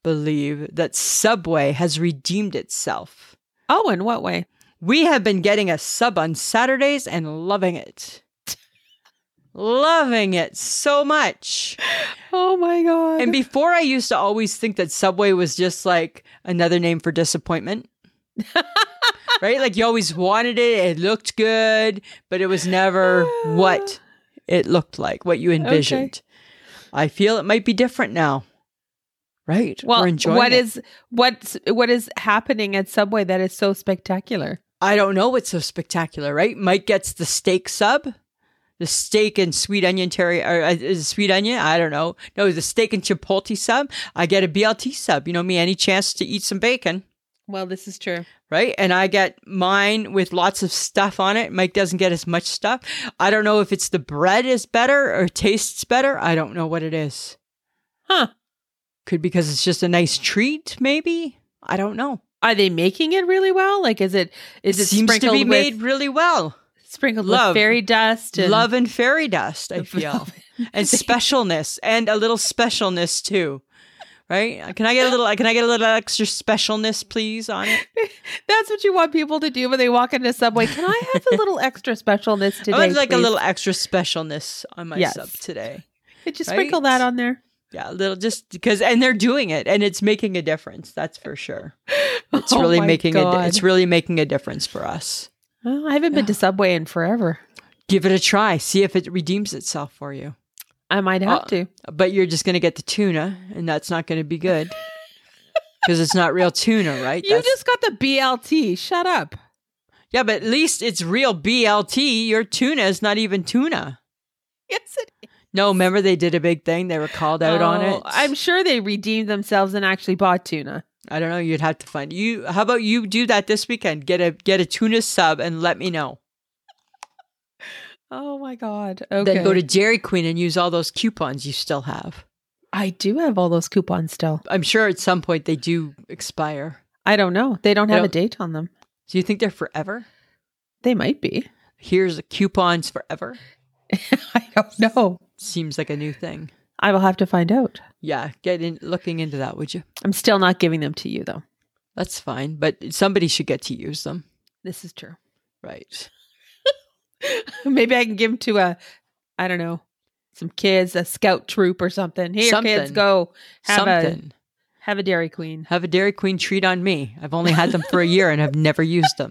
Speaker 1: believe that Subway has redeemed itself.
Speaker 2: Oh, in what way?
Speaker 1: We have been getting a sub on Saturdays and loving it. loving it so much.
Speaker 2: Oh my god.
Speaker 1: And before I used to always think that Subway was just like another name for disappointment. right? Like you always wanted it, it looked good, but it was never what it looked like, what you envisioned. I feel it might be different now. Right?
Speaker 2: well,
Speaker 1: We're enjoying
Speaker 2: what
Speaker 1: it.
Speaker 2: is what's what is happening at Subway that is so spectacular?
Speaker 1: I don't know what's so spectacular, right? Mike gets the steak sub, the steak and sweet onion terry or uh, is it sweet onion. I don't know. No, the steak and chipotle sub. I get a BLT sub. You know me, any chance to eat some bacon,
Speaker 2: Well, this is true.
Speaker 1: right? And I get mine with lots of stuff on it. Mike doesn't get as much stuff. I don't know if it's the bread is better or tastes better. I don't know what it is.
Speaker 2: Huh.
Speaker 1: Could because it's just a nice treat, maybe. I don't know.
Speaker 2: Are they making it really well? Like, is it is it
Speaker 1: seems to
Speaker 2: sprinkled
Speaker 1: be
Speaker 2: with,
Speaker 1: made really well.
Speaker 2: sprinkled
Speaker 1: love.
Speaker 2: with fairy dust and
Speaker 1: Love and fairy dust, I feel, and specialness, and a little specialness too. Right? Can I get a little? Can I get a little extra specialness, please, on it?
Speaker 2: That's what you want people to do when they walk into Subway. Can I have a little extra specialness today?
Speaker 1: I would like a
Speaker 2: please?
Speaker 1: little extra specialness on my
Speaker 2: Yes.
Speaker 1: sub today.
Speaker 2: Could you
Speaker 1: right?
Speaker 2: sprinkle that on there?
Speaker 1: Yeah, a little just because, and they're doing it, and it's making a difference. That's for sure. It's
Speaker 2: Oh
Speaker 1: really
Speaker 2: my
Speaker 1: making a,
Speaker 2: God.
Speaker 1: it's really making a difference for us.
Speaker 2: Well, I haven't been to Subway in forever.
Speaker 1: Give it a try. See if it redeems itself for you.
Speaker 2: I might have
Speaker 1: Oh.
Speaker 2: to.
Speaker 1: But you're just going to get the tuna, and that's not going to be good because it's not real tuna, right?
Speaker 2: You
Speaker 1: That's-
Speaker 2: just got the BLT. Shut up.
Speaker 1: yeah, but at least it's real BLT. Your tuna is not even tuna.
Speaker 2: Yes, it
Speaker 1: No, remember they did a big thing. They were called out on
Speaker 2: Oh,
Speaker 1: it.
Speaker 2: I'm sure they redeemed themselves and actually bought tuna.
Speaker 1: I don't know. You'd have to find you. How about you do that this weekend? Get a get a tuna sub and let me know.
Speaker 2: Oh my god. Okay.
Speaker 1: Then go to Dairy Queen and use all those coupons you still have.
Speaker 2: I do have all those coupons still.
Speaker 1: I'm sure at some point they do expire.
Speaker 2: I don't know. They don't
Speaker 1: They
Speaker 2: have a
Speaker 1: don't-
Speaker 2: date on them.
Speaker 1: Do you think they're forever?
Speaker 2: They might be.
Speaker 1: Here's the coupons forever.
Speaker 2: I don't know.
Speaker 1: Seems like a new thing.
Speaker 2: I will have to find out.
Speaker 1: Yeah, get in looking into that, would you?
Speaker 2: I'm still not giving them to you though.
Speaker 1: That's fine, but somebody should get to use them,
Speaker 2: This is true.
Speaker 1: right?
Speaker 2: Maybe I can give them to a, I don't know, some kids, a scout troop or something. Here, kids,
Speaker 1: Something.
Speaker 2: go have
Speaker 1: Something.
Speaker 2: a have a Dairy Queen.
Speaker 1: Have a Dairy Queen treat on me. I've only had them for a year and have never used them.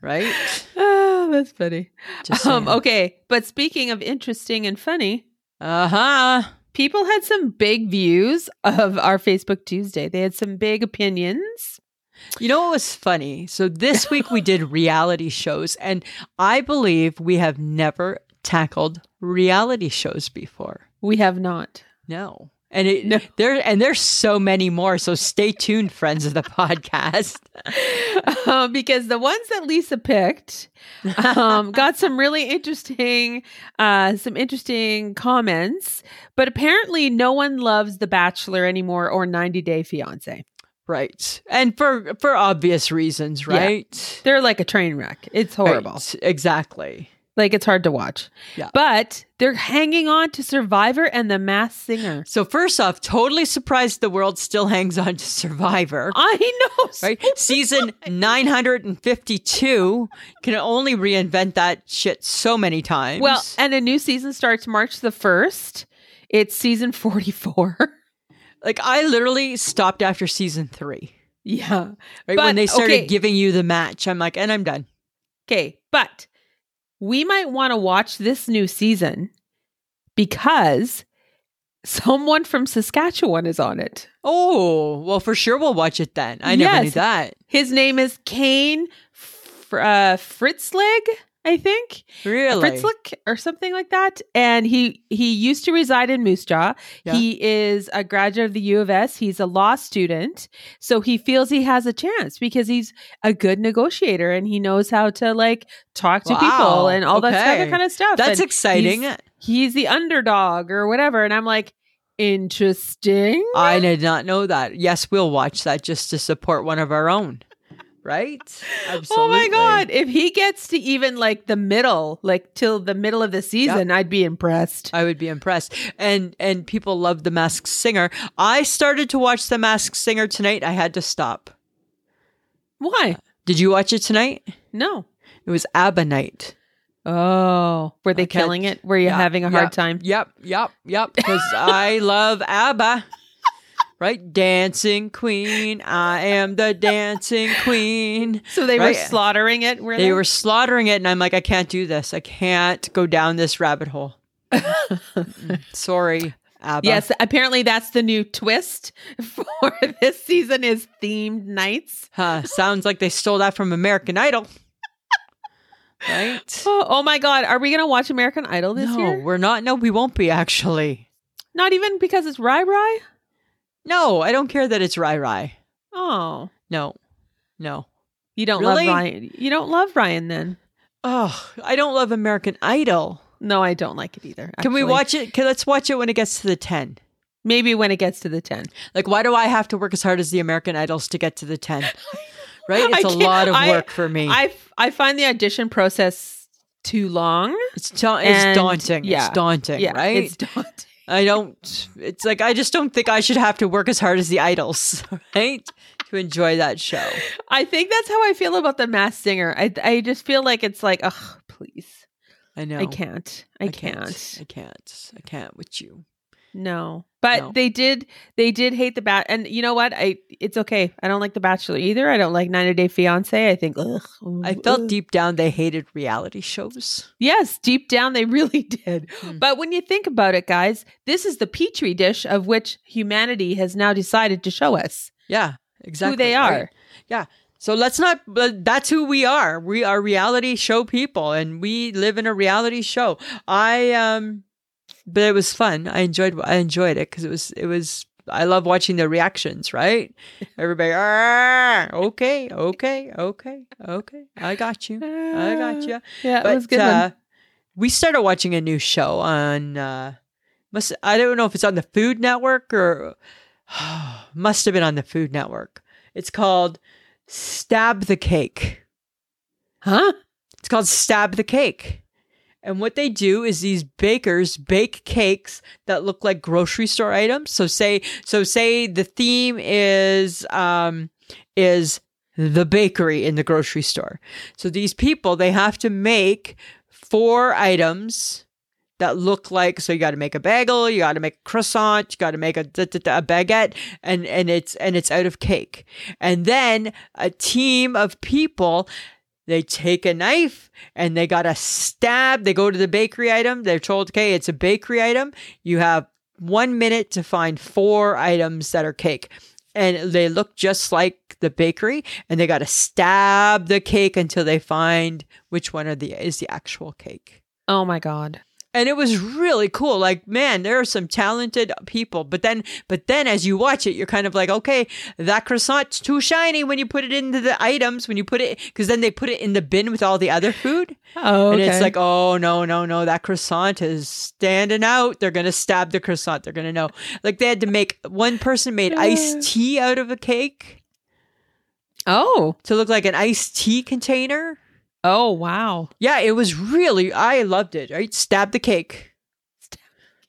Speaker 1: Right?
Speaker 2: Oh, that's funny.
Speaker 1: Just
Speaker 2: Um,
Speaker 1: saying.
Speaker 2: okay, but speaking of interesting and funny,
Speaker 1: Uh-huh.
Speaker 2: people had some big views of our Facebook Tuesday. They had some big opinions.
Speaker 1: You know what was funny? So this week we did reality shows, and I believe we have never tackled reality shows before.
Speaker 2: We have not.
Speaker 1: No. And it,
Speaker 2: No.
Speaker 1: there and there's so many more. So stay tuned, friends of the podcast.
Speaker 2: um, because the ones that Lisa picked um, got some really interesting, uh, some interesting comments. But apparently, no one loves The Bachelor anymore or 90 Day Fiance.
Speaker 1: right. And for for obvious reasons,
Speaker 2: Yeah.
Speaker 1: right?
Speaker 2: They're like a train wreck. It's horrible.
Speaker 1: Right. Exactly.
Speaker 2: Like it's hard to watch.
Speaker 1: Yeah.
Speaker 2: But they're hanging on to Survivor and The Mass Singer.
Speaker 1: So first off, totally surprised the world still hangs on to Survivor.
Speaker 2: I know.
Speaker 1: Right? Season 952 can only reinvent that shit so many times.
Speaker 2: Well, and a new season starts March the 1st. It's season 44.
Speaker 1: Like I literally stopped after season three.
Speaker 2: yeah.
Speaker 1: Right
Speaker 2: But,
Speaker 1: when they started
Speaker 2: okay.
Speaker 1: giving you the match, I'm like, and I'm done.
Speaker 2: Okay, but we might want to watch this new season because someone from Saskatchewan is on it.
Speaker 1: Oh well, for sure we'll watch it then. I never knew
Speaker 2: Yes.
Speaker 1: that.
Speaker 2: His name is Kane Fr- uh, Fritzleg, I think.
Speaker 1: Really,
Speaker 2: Fritzlick or something like that. And he he used to reside in Moose Jaw.
Speaker 1: Yeah.
Speaker 2: He is a graduate of the U of S. He's a law student, so he feels he has a chance because he's a good negotiator and he knows how to like talk to
Speaker 1: Wow.
Speaker 2: people and all that
Speaker 1: Okay.
Speaker 2: other kind of stuff.
Speaker 1: that's
Speaker 2: And
Speaker 1: exciting.
Speaker 2: he's- he's the underdog or whatever. And I'm like, interesting.
Speaker 1: I did not know that. Yes, we'll watch that just to support one of our own. Right?
Speaker 2: Oh
Speaker 1: Absolutely.
Speaker 2: my god! If he gets to even like the middle, like till the middle of the season, I'd be impressed.
Speaker 1: I would be impressed. And and people love The Masked Singer. I started to watch The Masked Singer tonight. I had to stop.
Speaker 2: Why?
Speaker 1: Did you watch it tonight?
Speaker 2: No.
Speaker 1: It was ABBA night.
Speaker 2: Oh, were they
Speaker 1: I can't-
Speaker 2: killing it? Were you
Speaker 1: Yeah,
Speaker 2: having a hard
Speaker 1: yeah,
Speaker 2: time?
Speaker 1: Yep, yep, yep. Because I love ABBA. Right? Dancing Queen. I am the dancing queen.
Speaker 2: So they
Speaker 1: Right.
Speaker 2: were slaughtering it. Were they,
Speaker 1: They were slaughtering it, and I'm like, I can't do this. I can't go down this rabbit hole. Mm-mm. Sorry, ABBA.
Speaker 2: Yes, apparently that's the new twist for this season is themed nights.
Speaker 1: Huh, sounds like they stole that from American Idol. Right?
Speaker 2: Oh, oh my god, are we gonna watch American Idol this
Speaker 1: no,
Speaker 2: year?
Speaker 1: we're not. No, we won't be actually.
Speaker 2: Not even because it's Rai Rai.
Speaker 1: No, I don't care that it's Rai Rai.
Speaker 2: Oh,
Speaker 1: No, no.
Speaker 2: you don't
Speaker 1: Really?
Speaker 2: love Ryan. You don't love Ryan then.
Speaker 1: Oh, I don't love American Idol.
Speaker 2: No, I don't like it either.
Speaker 1: Can we
Speaker 2: actually.
Speaker 1: watch it? Can, let's watch it when it gets to the 10.
Speaker 2: Maybe when it gets to the 10.
Speaker 1: Like, why do I have to work as hard as the American Idols to get to the 10? Right? It's
Speaker 2: I
Speaker 1: a
Speaker 2: can't-
Speaker 1: lot of
Speaker 2: I-
Speaker 1: work for me.
Speaker 2: I, I find the audition process too long.
Speaker 1: it's, ta-
Speaker 2: and-
Speaker 1: it's daunting.
Speaker 2: yeah.
Speaker 1: it's daunting,
Speaker 2: yeah,
Speaker 1: right?
Speaker 2: It's daunting.
Speaker 1: I don't, it's like, I just don't think I should have to work as hard as the Idols, right? to enjoy that show.
Speaker 2: I think that's how I feel about the mass singer. I, I just feel like it's like, oh, please.
Speaker 1: I know.
Speaker 2: I can't. I, can't.
Speaker 1: I can't. I can't with you.
Speaker 2: No. But
Speaker 1: No.
Speaker 2: they did they did hate the bat and you know what? I it's okay. I don't like The Bachelor either. I don't like 90 Day Fiance. I think ugh,
Speaker 1: I
Speaker 2: ooh,
Speaker 1: felt
Speaker 2: ugh.
Speaker 1: deep down they hated reality shows.
Speaker 2: Yes, deep down they really did.
Speaker 1: Hmm.
Speaker 2: But when you think about it, guys, this is the petri dish of which humanity has now decided to show us
Speaker 1: Yeah, exactly.
Speaker 2: who they
Speaker 1: right?
Speaker 2: are.
Speaker 1: So let's not, but that's who we are. We are reality show people and we live in a reality show. I, um, but it was fun. I enjoyed, I enjoyed it because it was, it was, I love watching the reactions, right? Everybody, "Ah, okay, okay, okay, okay. I got you. I got you.
Speaker 2: Ah, Yeah, it was a good. one.
Speaker 1: uh, we started watching a new show on uh must I don't know if it's on the Food Network or must have been on the Food Network. It's called Stab the Cake.
Speaker 2: Huh?
Speaker 1: It's called Stab the Cake. And what they do is these bakers bake cakes that look like grocery store items. So say so say the theme is um is the bakery in the grocery store. So these people they have to make four items that look like so you got to make a bagel, you got to make a croissant, you got to make a, da- da- da- a baguette and and it's and it's out of cake. And then a team of people they take a knife and they got to stab. They go to the bakery item. They're told, okay, it's a bakery item. You have one minute to find four items that are cake. And they look just like the bakery and they got to stab the cake until they find which one are the, is the actual cake.
Speaker 2: Oh my god.
Speaker 1: And it was really cool. Like, man, there are some talented people. But then, but then as you watch it, you're kind of like, okay, that croissant's too shiny when you put it into the items, when you put it, because then they put it in the bin with all the other food.
Speaker 2: Oh,
Speaker 1: And it's
Speaker 2: okay.
Speaker 1: like, oh no, no, no, that croissant is standing out. They're gonna stab the croissant. They're gonna know. Like they had to make one person made iced tea out of a cake
Speaker 2: oh,
Speaker 1: to look like an iced tea container.
Speaker 2: oh wow.
Speaker 1: Yeah, it was really I loved it, right? Stab the cake.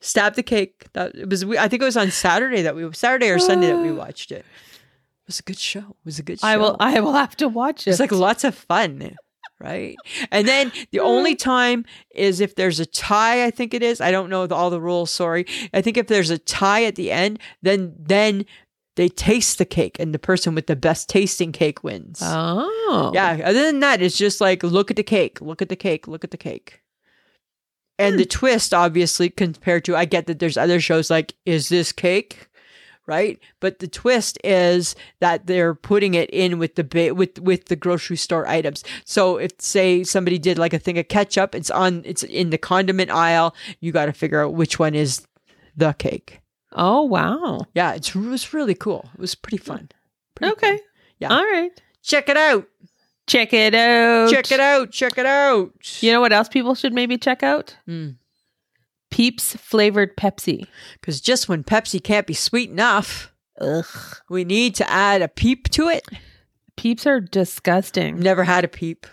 Speaker 1: Stab the cake. That it was we- I think it was on Saturday that we Saturday or Sunday that we watched it. It was a good show. It was a good show.
Speaker 2: I will. I will have to watch it.
Speaker 1: It's like lots of fun, right? And then the only time is if there's a tie. I think it is. I don't know the- all the rules. Sorry. I think if there's a tie at the end, then then they taste the cake, and the person with the best tasting cake wins.
Speaker 2: oh,
Speaker 1: Yeah. Other than that, it's just like look at the cake, look at the cake, look at the cake. And
Speaker 2: Hmm.
Speaker 1: the twist, obviously, compared to I get that there's other shows like is this cake, right? But the twist is that they're putting it in with the ba- with with the grocery store items. So if say somebody did like a thing of ketchup, it's on it's in the condiment aisle. You got to figure out which one is the cake.
Speaker 2: Oh wow.
Speaker 1: Yeah, it's, it was really cool. It was pretty fun. Pretty
Speaker 2: Okay.
Speaker 1: fun. Yeah.
Speaker 2: All right.
Speaker 1: check it out.
Speaker 2: Check it out.
Speaker 1: Check it out. Check it out.
Speaker 2: You know what else people should maybe check out?
Speaker 1: Mm.
Speaker 2: Peeps flavored Pepsi.
Speaker 1: Because just when Pepsi can't be sweet enough,
Speaker 2: Ugh.
Speaker 1: we need to add a peep to it.
Speaker 2: Peeps are disgusting.
Speaker 1: Never had a peep.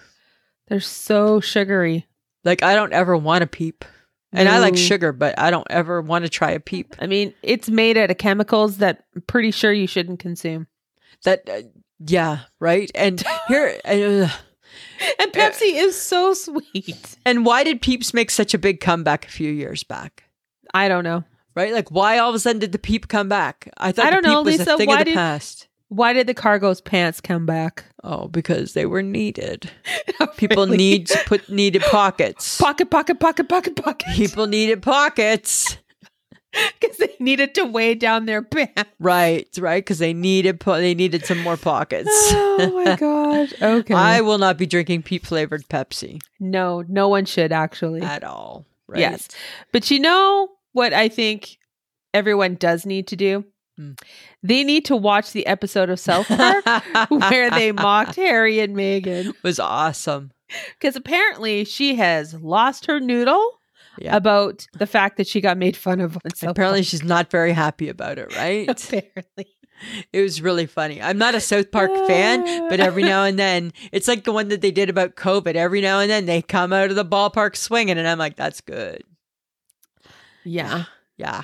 Speaker 2: They're so sugary.
Speaker 1: Like, I don't ever want a peep. And I like
Speaker 2: No.
Speaker 1: sugar, but I don't ever want to try a peep.
Speaker 2: I mean, it's made out of chemicals that I'm pretty sure you shouldn't consume.
Speaker 1: That, uh, yeah, right? And here, uh,
Speaker 2: And Pepsi is so sweet.
Speaker 1: and why did peeps make such a big comeback a few years back?
Speaker 2: I don't know.
Speaker 1: Right? Like, why all of a sudden did the peep come back? I thought
Speaker 2: I don't
Speaker 1: the peep
Speaker 2: know,
Speaker 1: was
Speaker 2: Lisa,
Speaker 1: a thing
Speaker 2: why
Speaker 1: of the
Speaker 2: did-
Speaker 1: past.
Speaker 2: Why did the cargo's pants come back?
Speaker 1: Oh, because they were needed. People need to put needed pockets.
Speaker 2: Oh, pocket, pocket, pocket, pocket, pocket.
Speaker 1: People needed pockets.
Speaker 2: Because they needed to weigh down their pants.
Speaker 1: Right, right, because they needed po- they needed some more pockets.
Speaker 2: Oh my gosh. Okay.
Speaker 1: I will not be drinking peat flavored Pepsi
Speaker 2: no, no one should actually.
Speaker 1: at all. Right?
Speaker 2: Yes. But you know what I think everyone does need to do?
Speaker 1: Hmm.
Speaker 2: They need to watch the episode of South Park where they mocked Harry and Megan
Speaker 1: was awesome.
Speaker 2: because apparently she has lost her noodle.
Speaker 1: Yeah.
Speaker 2: about the fact that she got made fun of on cell
Speaker 1: Apparently, she's not very happy about it,
Speaker 2: phone.
Speaker 1: right?
Speaker 2: apparently.
Speaker 1: It was really funny. I'm not a South Park fan,
Speaker 2: Ah.
Speaker 1: but every now and then, it's like the one that they did about COVID. Every now and then, they come out of the ballpark swinging, and I'm like, that's good.
Speaker 2: Yeah.
Speaker 1: Yeah.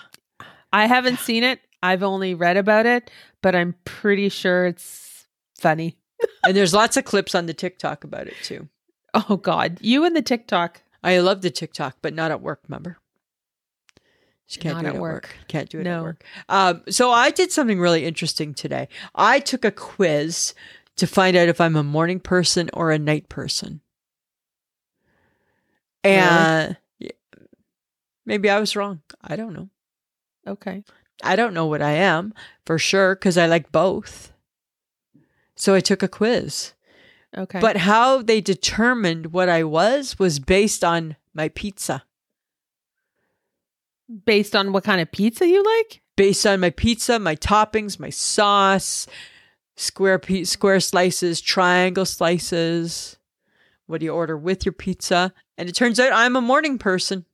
Speaker 2: I haven't seen it. I've only read about it, but I'm pretty sure it's funny.
Speaker 1: And there's lots of clips on the TikTok about it too.
Speaker 2: Oh God. You and the TikTok.
Speaker 1: I love the TikTok, but not at work, remember? Just can't
Speaker 2: Not
Speaker 1: do it
Speaker 2: at
Speaker 1: at work.
Speaker 2: work.
Speaker 1: Can't do it at
Speaker 2: No.
Speaker 1: work. Um, so I did something really interesting today. I took a quiz to find out if I'm a morning person or a night person.
Speaker 2: Really?
Speaker 1: And yeah, maybe I was wrong. I don't know.
Speaker 2: Okay.
Speaker 1: I don't know what I am for sure because I like both. So I took a quiz.
Speaker 2: Okay.
Speaker 1: But how they determined what I was was based on my pizza.
Speaker 2: based on what kind of pizza you like?
Speaker 1: based on my pizza, my toppings, my sauce, square pe- square slices, triangle slices. What do you order with your pizza? And it turns out I'm a morning person.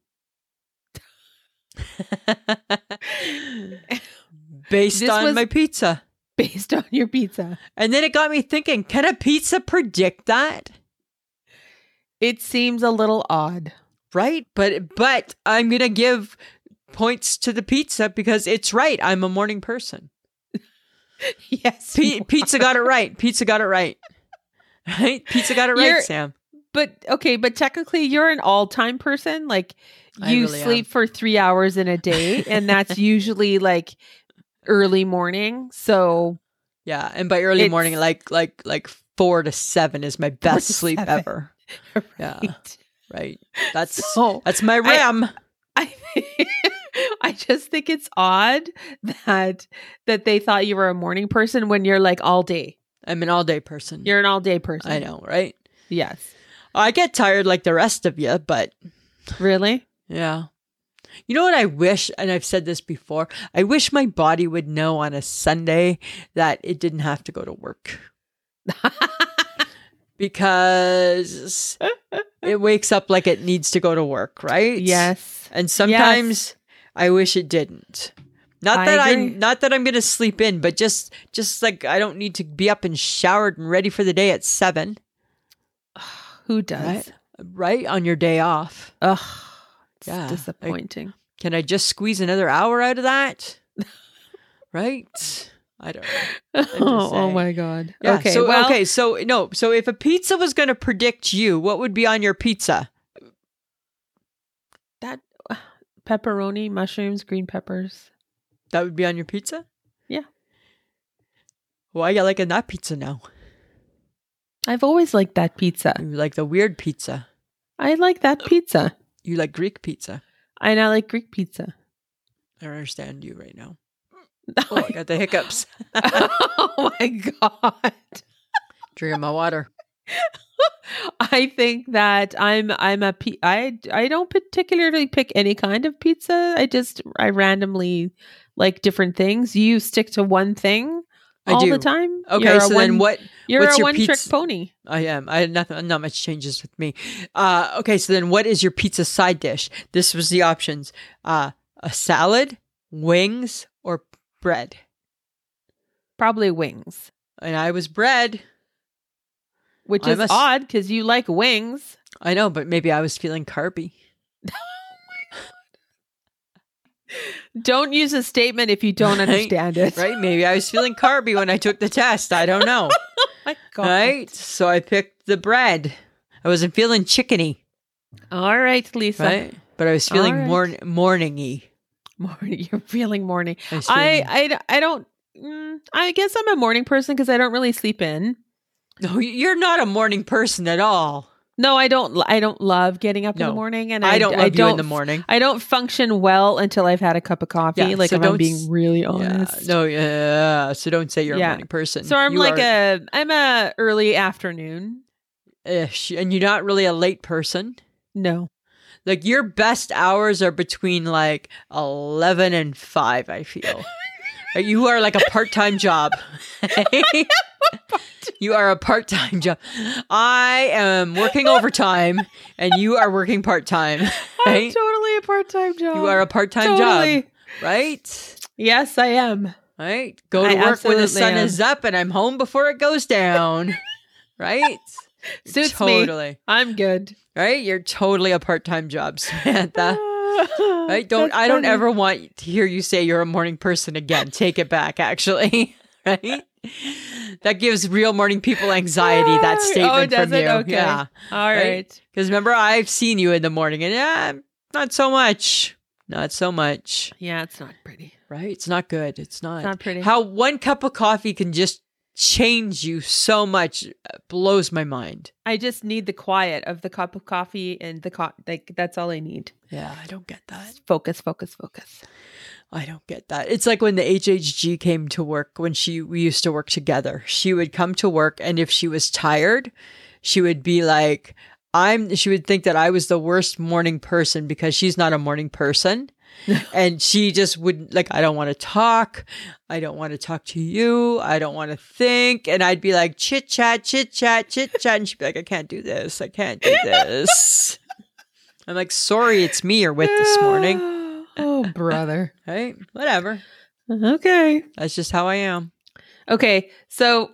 Speaker 1: based
Speaker 2: This
Speaker 1: on
Speaker 2: was-
Speaker 1: my pizza.
Speaker 2: Based on your pizza.
Speaker 1: And then it got me thinking, can a pizza predict that?
Speaker 2: It seems a little odd.
Speaker 1: Right? But but I'm going to give points to the pizza because it's right. I'm a morning person.
Speaker 2: yes.
Speaker 1: P- pizza got it right. Pizza got it right. Right? Pizza got it right,
Speaker 2: You're-
Speaker 1: Sam.
Speaker 2: But okay, but technically you're an all-time person. Like
Speaker 1: I
Speaker 2: you
Speaker 1: really am.
Speaker 2: sleep for 3 hours in a day and that's usually like early morning. So
Speaker 1: Yeah, and by early
Speaker 2: It's-
Speaker 1: morning, like like like four to seven is my best
Speaker 2: to
Speaker 1: sleep
Speaker 2: seven.
Speaker 1: ever. Yeah,
Speaker 2: right.
Speaker 1: right. That's
Speaker 2: So-
Speaker 1: that's my REM.
Speaker 2: I I just think it's odd that that they thought you were a morning person when you're like all day.
Speaker 1: I, am an all day person.
Speaker 2: You're an all day person.
Speaker 1: I know, right?
Speaker 2: Yes.
Speaker 1: I get tired like the rest of you, but
Speaker 2: Really?
Speaker 1: yeah. You know what I wish, and I've said this before. I wish my body would know on a Sunday that it didn't have to go to work. because it wakes up like it needs to go to work, right?
Speaker 2: yes.
Speaker 1: And sometimes I wish it didn't. Not
Speaker 2: I
Speaker 1: that I,
Speaker 2: agree.
Speaker 1: not that I'm going to sleep in, but just just like I don't need to be up and showered and ready for the day at 7,
Speaker 2: Who does?
Speaker 1: right? Right on your day off.
Speaker 2: Ugh. It's
Speaker 1: Yeah, I-
Speaker 2: disappointing.
Speaker 1: Can I just squeeze another hour out of that? right? I don't know.
Speaker 2: oh, oh
Speaker 1: saying.
Speaker 2: my god.
Speaker 1: Yeah,
Speaker 2: okay.
Speaker 1: So,
Speaker 2: well,
Speaker 1: okay. So no. So if a pizza was going to predict you, what would be on your pizza?
Speaker 2: pepperoni, mushrooms, green peppers.
Speaker 1: That would be on your pizza?
Speaker 2: Yeah.
Speaker 1: Why you liking that pizza now?
Speaker 2: I've always liked that pizza.
Speaker 1: You like the weird pizza.
Speaker 2: I like that pizza.
Speaker 1: You like Greek pizza.
Speaker 2: And I like Greek pizza.
Speaker 1: I don't understand you right now. Oh, I got the hiccups.
Speaker 2: oh my god.
Speaker 1: Drinking my water.
Speaker 2: I think that I'm I'm a pe- I I don't particularly pick any kind of pizza. I just I randomly like different things. You stick to one thing
Speaker 1: I
Speaker 2: all
Speaker 1: do.
Speaker 2: the time.
Speaker 1: Okay,
Speaker 2: You're a
Speaker 1: so then
Speaker 2: one-
Speaker 1: what?
Speaker 2: You're
Speaker 1: what's
Speaker 2: a
Speaker 1: your
Speaker 2: one trick
Speaker 1: pizza-
Speaker 2: pony.
Speaker 1: I am. I had nothing. Not much changes with me. Uh, okay, so then what is your pizza side dish? This was the options: uh, a salad, wings, or bread.
Speaker 2: Probably wings,
Speaker 1: And I was bread.
Speaker 2: which
Speaker 1: I'm
Speaker 2: is
Speaker 1: a s-
Speaker 2: odd because you like wings.
Speaker 1: I know, but maybe I was feeling carby.
Speaker 2: Don't use a statement if you don't
Speaker 1: Right,
Speaker 2: understand it.
Speaker 1: Right? Maybe I was feeling carby when I took the test. I don't know.
Speaker 2: My God.
Speaker 1: Right? So I picked the bread. I wasn't feeling chickeny,
Speaker 2: All right, Lisa.
Speaker 1: right? But I was feeling
Speaker 2: All right.
Speaker 1: morn- morningy.
Speaker 2: Morning. You're feeling morning.
Speaker 1: I, was
Speaker 2: I
Speaker 1: feeling-
Speaker 2: I I don't. Mm, I guess I'm a morning person because I don't really sleep in.
Speaker 1: no, you're not a morning person at all.
Speaker 2: No, I don't. I don't love getting up in
Speaker 1: No.
Speaker 2: the morning, and I,
Speaker 1: I don't love
Speaker 2: I
Speaker 1: you
Speaker 2: don't,
Speaker 1: in the morning.
Speaker 2: I don't function well until I've had a cup of coffee.
Speaker 1: Yeah,
Speaker 2: like
Speaker 1: so
Speaker 2: if
Speaker 1: don't
Speaker 2: I'm
Speaker 1: s-
Speaker 2: being really
Speaker 1: Yeah.
Speaker 2: honest.
Speaker 1: No, yeah. So don't say you're a
Speaker 2: Yeah.
Speaker 1: morning person.
Speaker 2: so I'm
Speaker 1: You
Speaker 2: like
Speaker 1: are
Speaker 2: a I'm a early afternoon.
Speaker 1: ish, and you're not really a late person.
Speaker 2: No,
Speaker 1: Like your best hours are between like 11 and 5, I feel. Like, you are like a part-time job. You are a part time job. I am working overtime and you are working part time.
Speaker 2: I'm
Speaker 1: Right?
Speaker 2: totally a part-time job.
Speaker 1: You are a part time
Speaker 2: Totally.
Speaker 1: job. Right?
Speaker 2: Yes, I am.
Speaker 1: Right? Go to
Speaker 2: I
Speaker 1: work when the
Speaker 2: absolutely
Speaker 1: sun
Speaker 2: am.
Speaker 1: is up and I'm home before it goes down. right?
Speaker 2: Suits me.
Speaker 1: totally.
Speaker 2: I'm good.
Speaker 1: Right? You're totally a part time job, Samantha. I
Speaker 2: I
Speaker 1: don't I don't ever want to hear you say you're a morning person again. Take it back actually. right? That gives real morning people anxiety that
Speaker 2: Oh,
Speaker 1: statement
Speaker 2: does
Speaker 1: from
Speaker 2: it?
Speaker 1: you.
Speaker 2: Okay.
Speaker 1: Yeah.
Speaker 2: All
Speaker 1: Right?
Speaker 2: right.
Speaker 1: Cuz remember I've seen you in the morning and yeah, not so much. Not so much.
Speaker 2: Yeah, it's not pretty.
Speaker 1: Right? It's not good. It's not.
Speaker 2: It's not pretty.
Speaker 1: How one cup of coffee can just change you so much uh, blows my mind.
Speaker 2: I just need the quiet of the cup of coffee and the co- like. That's all I need.
Speaker 1: Yeah, I don't get that.
Speaker 2: Focus, focus, focus.
Speaker 1: I don't get that. It's like when the HHG came to work when she we used to work together. She would come to work and if she was tired, she would be like I'm she would think that I was the worst morning person because she's not a morning person. and she just wouldn't like I don't want to talk. I don't want to talk to you. I don't want to think. And I'd be like chit chat, chit chat, chit chat and she'd be like I can't do this. I can't do this. I'm like sorry, it's me you're with this morning.
Speaker 2: oh, brother.
Speaker 1: Right? Whatever.
Speaker 2: okay.
Speaker 1: That's just how I am.
Speaker 2: Okay. So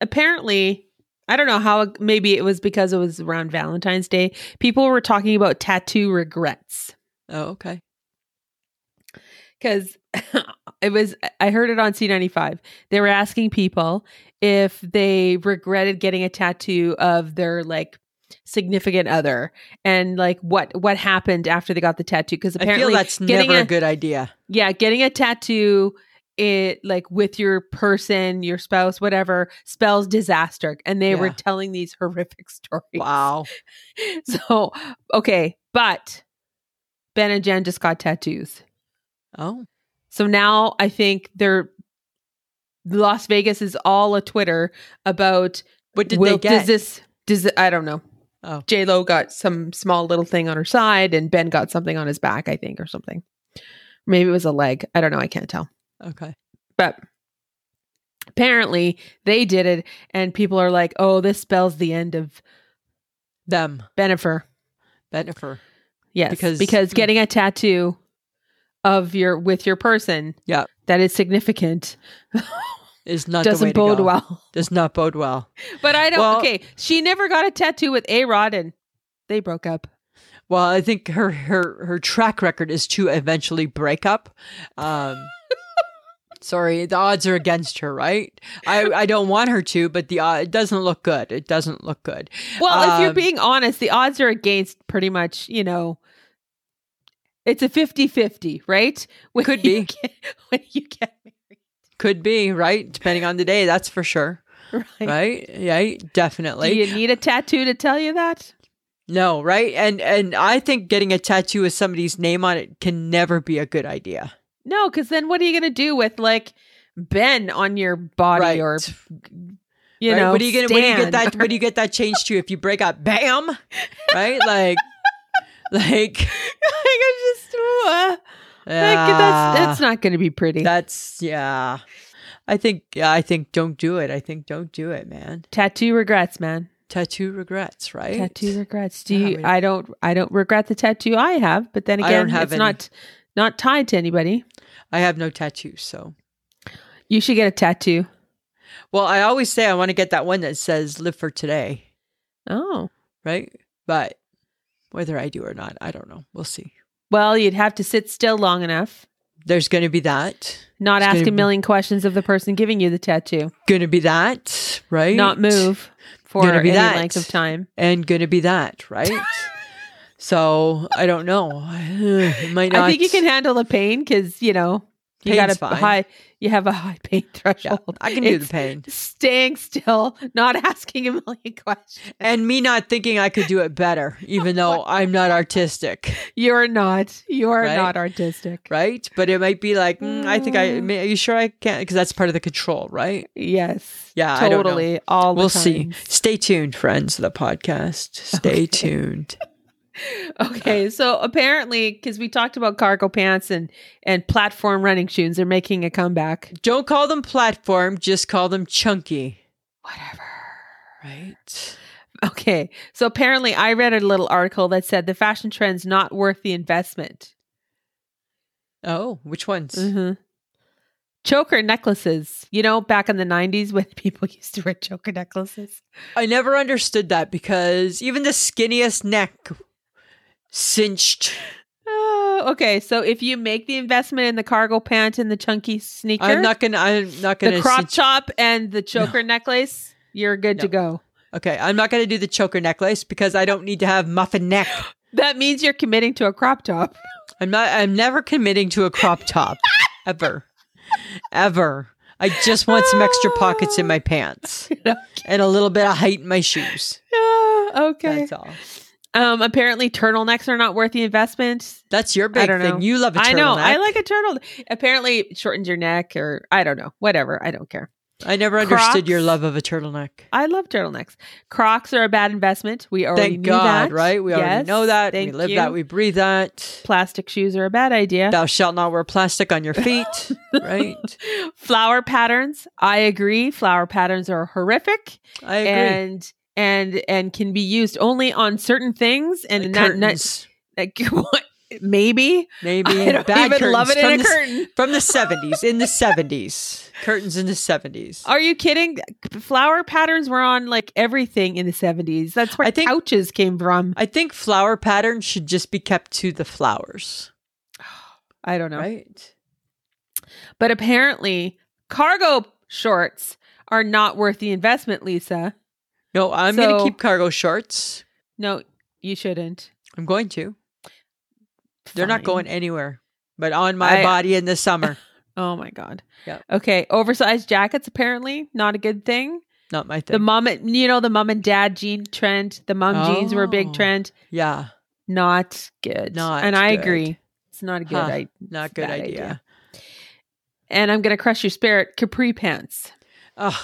Speaker 2: apparently, I don't know how, maybe it was because it was around Valentine's Day. People were talking about tattoo regrets
Speaker 1: Oh, okay.
Speaker 2: because it was, I heard it on C95. They were asking people if they regretted getting a tattoo of their like, significant other and like what what happened after they got the tattoo because
Speaker 1: I
Speaker 2: apparently
Speaker 1: feel that's
Speaker 2: getting
Speaker 1: never a,
Speaker 2: a-
Speaker 1: good idea.
Speaker 2: yeah getting a tattoo it like with your person your spouse whatever spells disaster and they were
Speaker 1: Yeah.
Speaker 2: telling these horrific stories
Speaker 1: Wow.
Speaker 2: so okay but ben and jen just got tattoos
Speaker 1: Oh,
Speaker 2: so now i think they're las vegas is all a twitter about
Speaker 1: what did
Speaker 2: will-
Speaker 1: they get?
Speaker 2: does this does it- i don't know
Speaker 1: Oh.
Speaker 2: j lo got some small little thing on her side and ben got something on his back i think or something maybe it was a leg i don't know i can't tell
Speaker 1: okay.
Speaker 2: but apparently they did it and people are like oh this spells the end of
Speaker 1: Them.
Speaker 2: benifer
Speaker 1: Benifer.
Speaker 2: yes
Speaker 1: Because-
Speaker 2: because, because
Speaker 1: Hmm.
Speaker 2: getting a tattoo of your with your person
Speaker 1: Yeah.
Speaker 2: that is significant
Speaker 1: Is not the way
Speaker 2: doesn't
Speaker 1: to
Speaker 2: bode
Speaker 1: go.
Speaker 2: well
Speaker 1: Does not bode well.
Speaker 2: but i don't
Speaker 1: Well-
Speaker 2: okay she never got a tattoo with a rod and they broke up
Speaker 1: Well, I think her her her track record is to eventually break up. Um Sorry, the odds are against her, right? I, I don't want her to, but the uh, it doesn't look good. It doesn't look good.
Speaker 2: well if you're
Speaker 1: Um,
Speaker 2: being honest the odds are against pretty much you know it's a 50-50 right when
Speaker 1: Could
Speaker 2: you
Speaker 1: be.
Speaker 2: get, when you get
Speaker 1: Could be, right? Depending on the day, that's for sure.
Speaker 2: married right
Speaker 1: Right? Right? Definitely.
Speaker 2: Do you need a tattoo to tell you that?
Speaker 1: No, right? And and I think getting a tattoo with somebody's name on it can never be a good idea.
Speaker 2: No, because then what are you going to do with like Ben on your body
Speaker 1: right.
Speaker 2: or you
Speaker 1: Right?
Speaker 2: know?
Speaker 1: what do you get what do you get
Speaker 2: Stan
Speaker 1: that
Speaker 2: or-
Speaker 1: what do you get that changed to if you break up? Bam. Right? Like like
Speaker 2: like, I just uh, like
Speaker 1: ah,
Speaker 2: that's that's not going to be pretty.
Speaker 1: that's yeah. I think yeah, I think don't do it. I think don't do it, man.
Speaker 2: tattoo regrets, man.
Speaker 1: Tattoo regrets, right?
Speaker 2: Tattoo regrets. Do
Speaker 1: Yeah,
Speaker 2: you?
Speaker 1: we-
Speaker 2: I don't. I don't regret the tattoo I have, but then
Speaker 1: I
Speaker 2: again,
Speaker 1: don't have
Speaker 2: it's
Speaker 1: any.
Speaker 2: not not tied to anybody.
Speaker 1: I have no tattoos, so
Speaker 2: You should get a tattoo.
Speaker 1: well, I always say I want to get that one that says live for today,
Speaker 2: Oh.
Speaker 1: right? But whether I do or not, I don't know. We'll see.
Speaker 2: Well, you'd have to sit still long enough,
Speaker 1: There's going to be that.
Speaker 2: not
Speaker 1: It's gonna
Speaker 2: ask a
Speaker 1: be-
Speaker 2: million questions of the person giving you the tattoo,
Speaker 1: Going to be that, right?
Speaker 2: not move for
Speaker 1: Gonna be
Speaker 2: any
Speaker 1: that.
Speaker 2: length of time.
Speaker 1: And going to be that, right? so I don't know. It might not.
Speaker 2: I think you can handle the pain because you know you got a
Speaker 1: Pain's fine.
Speaker 2: high, you have a high pain
Speaker 1: Yeah,
Speaker 2: threshold.
Speaker 1: I can do the
Speaker 2: It's
Speaker 1: pain.
Speaker 2: Staying still, not asking a million questions.
Speaker 1: And me not thinking I could do it better, even though I'm not artistic,
Speaker 2: You're not. You're
Speaker 1: Right?
Speaker 2: not artistic.
Speaker 1: right? But it might be like, mm, I think I. Are you sure I can't? Because that's part of the control, right?
Speaker 2: Yes.
Speaker 1: Yeah, I don't know.
Speaker 2: Totally. All the
Speaker 1: We'll see.
Speaker 2: time.
Speaker 1: Stay tuned, friends of the podcast. Stay tuned.
Speaker 2: Okay, so apparently, because we talked about cargo pants and and platform running shoes, they're making a comeback.
Speaker 1: Don't call them platform, just call them chunky.
Speaker 2: Whatever.
Speaker 1: Right.
Speaker 2: Okay. So apparently, I read a little article that said the fashion trend's not worth the investment.
Speaker 1: Oh, which ones?
Speaker 2: Mm-hmm. Choker necklaces. You know, back in the 90s when people used to wear choker necklaces.
Speaker 1: I never understood that because even the skinniest neck cinched.
Speaker 2: Oh, okay. So if you make the investment in the cargo pant and the chunky sneaker,
Speaker 1: I'm not gonna. I'm not gonna.
Speaker 2: the crop
Speaker 1: cinch-
Speaker 2: top and the choker necklace, you're good to
Speaker 1: No.
Speaker 2: go.
Speaker 1: okay, I'm not gonna do the choker necklace because I don't need to have muffin neck.
Speaker 2: That means you're committing to a crop top.
Speaker 1: I'm not. I'm never committing to a crop top ever, ever. I just want some extra pockets in my pants and a little bit of height in my shoes.
Speaker 2: Ah, okay.
Speaker 1: That's all.
Speaker 2: Um, apparently turtlenecks are not worth the investment.
Speaker 1: That's your
Speaker 2: I
Speaker 1: big
Speaker 2: don't
Speaker 1: thing.
Speaker 2: know.
Speaker 1: You love a turtleneck.
Speaker 2: I know. I like a turtle. Apparently it shortens your neck or I don't know. Whatever. I don't care.
Speaker 1: I never understood your
Speaker 2: Crocs.
Speaker 1: love of a turtleneck.
Speaker 2: I love turtlenecks. Crocs are a bad investment. We already
Speaker 1: Thank
Speaker 2: knew
Speaker 1: God,
Speaker 2: that.
Speaker 1: right? We already
Speaker 2: Yes.
Speaker 1: know that. we
Speaker 2: Thank
Speaker 1: live
Speaker 2: you.
Speaker 1: that. We breathe that.
Speaker 2: Plastic shoes are a bad idea.
Speaker 1: Thou shalt not wear plastic on your feet, right?
Speaker 2: flower patterns. I agree. Flower patterns are horrific.
Speaker 1: I agree.
Speaker 2: and and and can be used only on certain things and
Speaker 1: Like
Speaker 2: not, not
Speaker 1: curtains,
Speaker 2: like what- maybe
Speaker 1: maybe
Speaker 2: I don't
Speaker 1: bad
Speaker 2: even love it
Speaker 1: curtains from
Speaker 2: in a
Speaker 1: the,
Speaker 2: curtain.
Speaker 1: from the seventies. In the seventies, curtains in the seventies.
Speaker 2: Are you kidding? Flower patterns were on like everything in the seventies. That's where
Speaker 1: I think-
Speaker 2: couches came from.
Speaker 1: I think flower patterns should just be kept to the flowers,
Speaker 2: I don't know,
Speaker 1: right?
Speaker 2: but apparently cargo shorts are not worth the investment, Lisa.
Speaker 1: No, I'm
Speaker 2: So-
Speaker 1: gonna keep cargo shorts.
Speaker 2: No, you shouldn't.
Speaker 1: I'm going to. They're not
Speaker 2: Fine.
Speaker 1: going anywhere, but on my
Speaker 2: I-
Speaker 1: body in the summer.
Speaker 2: Oh my god.
Speaker 1: Yep.
Speaker 2: Okay, oversized jackets apparently not a good thing.
Speaker 1: Not my thing.
Speaker 2: The mom, and- you know, the mom and dad jean trend. The mom jeans were a
Speaker 1: Oh.
Speaker 2: big trend.
Speaker 1: yeah,
Speaker 2: Not good.
Speaker 1: Not
Speaker 2: and I
Speaker 1: good.
Speaker 2: agree. It's not a good
Speaker 1: Huh.
Speaker 2: idea.
Speaker 1: not good
Speaker 2: Bad
Speaker 1: idea.
Speaker 2: idea. And I'm gonna crush your spirit. Capri pants
Speaker 1: Ugh.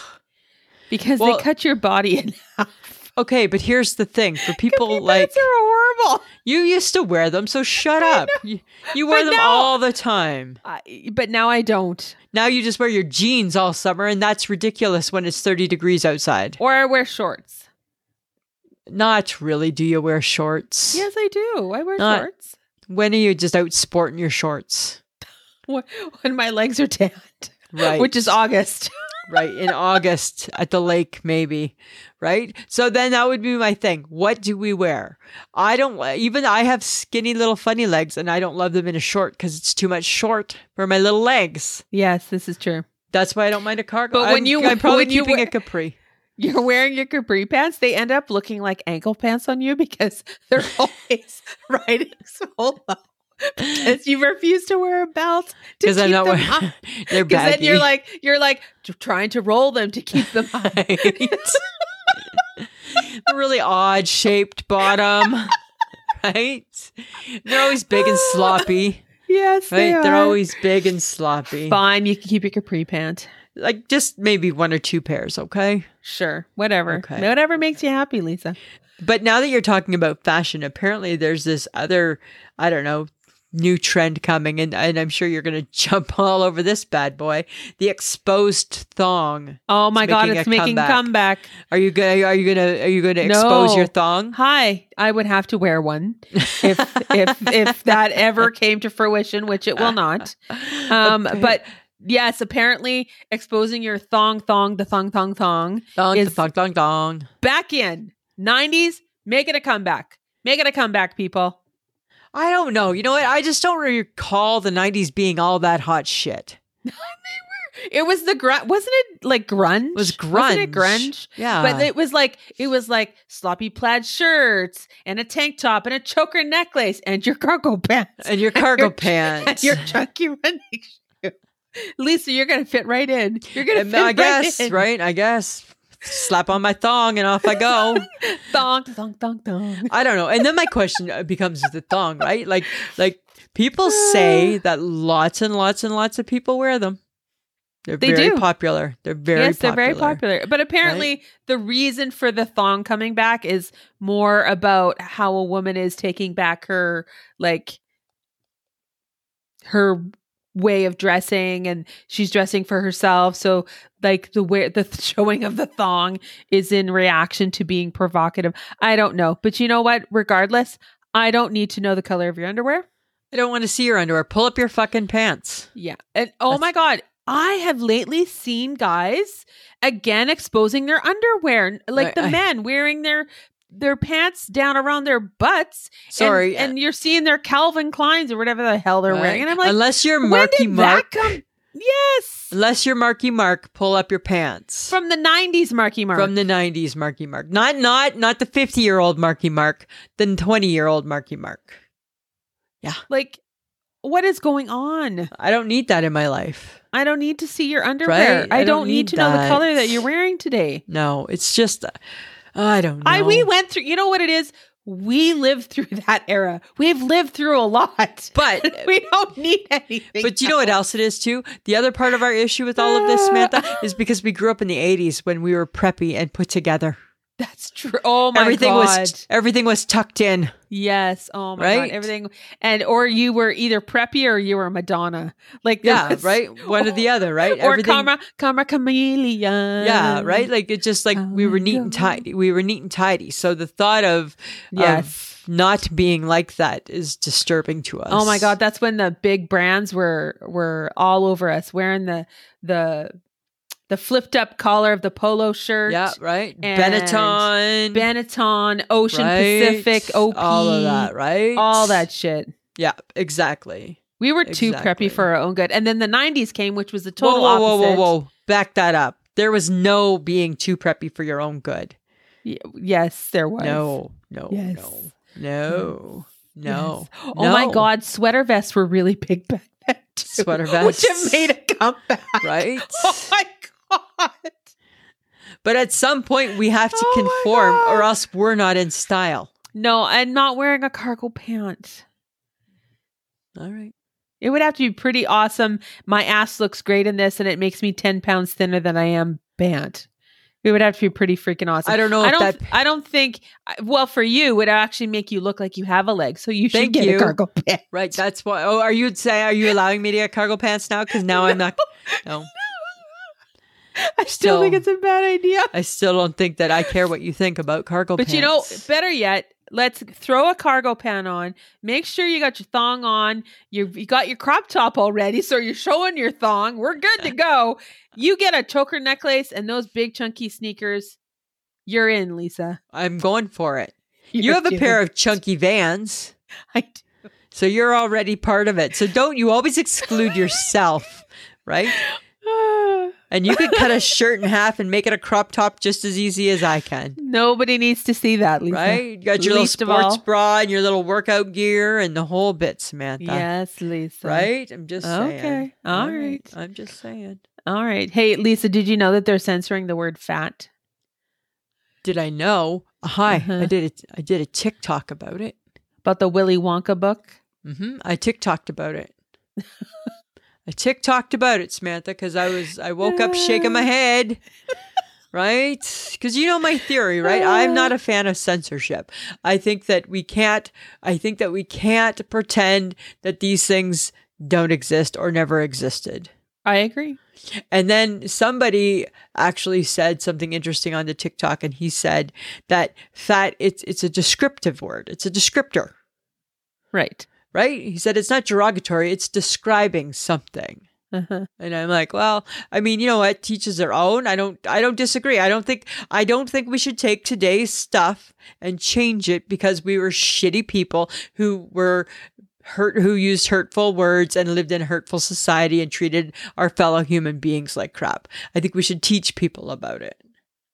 Speaker 2: because
Speaker 1: Well-
Speaker 2: they cut your body in half.
Speaker 1: Okay, but here's the thing: for
Speaker 2: Capri
Speaker 1: people like
Speaker 2: pants are horrible.
Speaker 1: you used to wear them, so shut up. You, you wear
Speaker 2: But
Speaker 1: them
Speaker 2: now-
Speaker 1: all the time.
Speaker 2: I, but now I don't.
Speaker 1: Now you just wear your jeans all summer, and that's ridiculous when it's 30 degrees outside.
Speaker 2: Or I wear shorts.
Speaker 1: Not really. Do you wear shorts?
Speaker 2: Yes, I do. I wear
Speaker 1: Not-
Speaker 2: shorts
Speaker 1: When are you just out sporting your shorts?
Speaker 2: when, when my legs are tanned,
Speaker 1: Right.
Speaker 2: which is August.
Speaker 1: right in August at the lake, maybe, right? So then that would be my thing. What do we wear? I don't even. I have skinny little funny legs, and I don't love them in a short because it's too much short for my little legs.
Speaker 2: yes, this is true.
Speaker 1: That's why I don't mind a cargo.
Speaker 2: But when
Speaker 1: I'm-
Speaker 2: you-
Speaker 1: I'm probably
Speaker 2: when you
Speaker 1: keeping
Speaker 2: wear-
Speaker 1: a capri.
Speaker 2: you're wearing your capri pants, they end up looking like ankle pants on you because they're always riding so low. Because you refuse to wear a belt to
Speaker 1: Because
Speaker 2: keep
Speaker 1: I'm not
Speaker 2: them
Speaker 1: wearing.
Speaker 2: up.
Speaker 1: They're
Speaker 2: Because
Speaker 1: baggy.
Speaker 2: then you're like you're like t- trying to roll them to keep them up.
Speaker 1: Right. really odd shaped bottom, right? They're always big and sloppy,
Speaker 2: yes,
Speaker 1: right?
Speaker 2: they
Speaker 1: They're
Speaker 2: are.
Speaker 1: always big and sloppy.
Speaker 2: fine. You can keep your capri pant.
Speaker 1: Like just maybe one or two pairs, okay?
Speaker 2: Sure, whatever,
Speaker 1: Okay.
Speaker 2: whatever makes you happy, Lisa.
Speaker 1: But now that you're talking about fashion, apparently there's this other, I don't know, new trend coming, and, and I'm sure you're going to jump all over this bad boy the exposed thong.
Speaker 2: Oh my god,
Speaker 1: making
Speaker 2: it's
Speaker 1: a
Speaker 2: making
Speaker 1: comeback.
Speaker 2: comeback.
Speaker 1: Are you gonna? Are you gonna? Are you gonna expose
Speaker 2: No.
Speaker 1: your thong?
Speaker 2: Hi, I would have to wear one if if if that ever came to fruition, which it will not. Um,
Speaker 1: Okay.
Speaker 2: but yes, apparently exposing your thong, thong, the thong, thong, thong
Speaker 1: thong,
Speaker 2: is-
Speaker 1: thong, thong, thong.
Speaker 2: back in nineties, making a comeback, making a comeback, people.
Speaker 1: I don't know. You know what? I just don't recall the '90s being all that hot shit.
Speaker 2: It was the grunge, wasn't it? Like grunge,
Speaker 1: It was grunge. Uh.
Speaker 2: Wasn't it grunge?
Speaker 1: Yeah,
Speaker 2: But it was like it was like sloppy plaid shirts and a tank top and a choker necklace and your cargo pants
Speaker 1: and your cargo
Speaker 2: your-
Speaker 1: pants.
Speaker 2: your chunky running shoe. Lisa, you're gonna fit right in. You're gonna
Speaker 1: Um,
Speaker 2: fit
Speaker 1: I guess,
Speaker 2: right in.
Speaker 1: right? I guess. Slap on my thong and off I go.
Speaker 2: Thong, thong, thong, thong.
Speaker 1: I don't know. And then my question uh, becomes the thong, right? Like, like people say that lots and lots and lots of people wear them. They're
Speaker 2: They
Speaker 1: very
Speaker 2: do.
Speaker 1: popular. They're very
Speaker 2: yes, they're
Speaker 1: popular.
Speaker 2: very popular. But apparently, the reason for the thong coming back is more about how a woman is taking back her like her way of dressing and she's dressing for herself so like the wear the th- showing of the thong is in reaction to being provocative i don't know but you know what regardless i don't need to know the color of your underwear
Speaker 1: I don't want to see your underwear. Pull up your fucking pants.
Speaker 2: yeah. And oh
Speaker 1: That's-
Speaker 2: my God, I have lately seen guys again exposing their underwear, n- like
Speaker 1: Right,
Speaker 2: the
Speaker 1: I-
Speaker 2: men wearing their their pants down around their butts. and-
Speaker 1: Sorry. uh,
Speaker 2: And, you're seeing their Calvin Kleins or whatever the hell they're
Speaker 1: Right.
Speaker 2: wearing. And I'm like,
Speaker 1: unless you're
Speaker 2: when
Speaker 1: Marky
Speaker 2: did
Speaker 1: Mark,
Speaker 2: that come? Yes.
Speaker 1: unless you're Marky Mark, pull up your pants
Speaker 2: From the 90s, Marky Mark.
Speaker 1: From the '90s Marky Mark, not not not the 50 year old Marky Mark, the 20 year old Marky Mark.
Speaker 2: like, what is going on?
Speaker 1: I don't need that in my life.
Speaker 2: I don't need to see your underwear.
Speaker 1: Right.
Speaker 2: I, don't, need, to know the
Speaker 1: that.
Speaker 2: color that you're wearing today.
Speaker 1: No, it's just uh, I don't know.
Speaker 2: I we went through. You know what it is? We lived through that era. We've lived through a lot.
Speaker 1: but
Speaker 2: we don't need anything.
Speaker 1: But you know what else it is too? The other part of our issue with all of this,
Speaker 2: Ah.
Speaker 1: Samantha, is because we grew up in the '80s when we were preppy and put together.
Speaker 2: That's true. Oh my
Speaker 1: everything
Speaker 2: god.
Speaker 1: was everything was tucked in.
Speaker 2: yes. Oh my
Speaker 1: Right?
Speaker 2: god. Everything and or you were either preppy or you were Madonna. Like there
Speaker 1: Yeah,
Speaker 2: was-
Speaker 1: right. One or the other, right?
Speaker 2: Or Karma Karma Chameleon.
Speaker 1: Yeah, right. Like it's just like we were neat and
Speaker 2: Hallelujah.
Speaker 1: tidy. We were neat and tidy. So the thought of
Speaker 2: Yes.
Speaker 1: of not being like that is disturbing to us.
Speaker 2: Oh my god, that's when the big brands were were all over us wearing the the the flipped up collar of the polo shirt.
Speaker 1: Yeah, right.
Speaker 2: and
Speaker 1: Benetton,
Speaker 2: Benetton, Ocean
Speaker 1: right?
Speaker 2: Pacific, OP,
Speaker 1: all of that, right?
Speaker 2: all that shit.
Speaker 1: Yeah, exactly.
Speaker 2: We were too
Speaker 1: Exactly.
Speaker 2: preppy for our own good. And then the 90s came, which was the total
Speaker 1: whoa, whoa, whoa,
Speaker 2: opposite.
Speaker 1: whoa, whoa! Back that up. There was no being too preppy for your own good.
Speaker 2: Y- yes, there was.
Speaker 1: No, no,
Speaker 2: Yes.
Speaker 1: no, no, no.
Speaker 2: Yes. Oh my
Speaker 1: No.
Speaker 2: God, sweater vests were really big back then. too,
Speaker 1: Sweater
Speaker 2: Which have
Speaker 1: vests.
Speaker 2: made a comeback.
Speaker 1: Right?
Speaker 2: Oh my God.
Speaker 1: But at some point, we have to
Speaker 2: Oh my
Speaker 1: conform, or
Speaker 2: God.
Speaker 1: else we're not in style.
Speaker 2: No, and not wearing a cargo pant.
Speaker 1: All right.
Speaker 2: It would have to be pretty awesome. My ass looks great in this, and it makes me 10 pounds thinner than I am bant. It would have to be pretty freaking awesome.
Speaker 1: I don't know
Speaker 2: I
Speaker 1: if
Speaker 2: don't.
Speaker 1: that.
Speaker 2: I don't think. I- Well, for you, it would actually make you look like you have a leg, so you should
Speaker 1: Thank
Speaker 2: get
Speaker 1: you.
Speaker 2: a cargo pant.
Speaker 1: Right. That's why. Oh, are you say? Are you allowing me to get cargo pants now? Because now I'm not. No,
Speaker 2: I still think
Speaker 1: Still.
Speaker 2: it's a bad idea.
Speaker 1: I still don't think that I care what you think about cargo
Speaker 2: But
Speaker 1: pants.
Speaker 2: you know, better yet, let's throw a cargo pant on. Make sure you got your thong on. You you got your crop top already, so you're showing your thong. We're good to go. You get a choker necklace and those big chunky sneakers. You're in, Lisa.
Speaker 1: I'm going for it. You have a pair of chunky vans.
Speaker 2: I do.
Speaker 1: So you're already part of it. So don't you always exclude yourself, right? And you could cut a shirt in half and make it a crop top just as easy as I can.
Speaker 2: Nobody needs to see that, Lisa.
Speaker 1: Right? You got your
Speaker 2: Least of
Speaker 1: little sports
Speaker 2: all.
Speaker 1: bra and your little workout gear and the whole bit, Samantha.
Speaker 2: Yes, Lisa.
Speaker 1: Right? I'm just saying.
Speaker 2: Okay. All right.
Speaker 1: I'm just saying.
Speaker 2: All right. Hey, Lisa, did you know that they're censoring the word fat?
Speaker 1: Did I know? Hi,
Speaker 2: Uh-huh.
Speaker 1: I did it. I did a TikTok about it.
Speaker 2: About the Willy Wonka book?
Speaker 1: hmm I TikToked about it. I TikToked about it, Samantha, because I was I woke up shaking my head, right? Because you know my theory, right? I'm not a fan of censorship. I think that we can't. I think that we can't pretend that these things don't exist or never existed.
Speaker 2: I agree.
Speaker 1: And then somebody actually said something interesting on the TikTok, and he said that fat it's it's a descriptive word. It's a descriptor
Speaker 2: Right.
Speaker 1: right? He said it's not derogatory, it's describing something.
Speaker 2: Uh-huh.
Speaker 1: And I'm like, well, I mean, you know what? Teaches their own. I don't I don't disagree. I don't think I don't think we should take today's stuff and change it because we were shitty people who were hurt who used hurtful words and lived in a hurtful society and treated our fellow human beings like crap. I think we should teach people about it.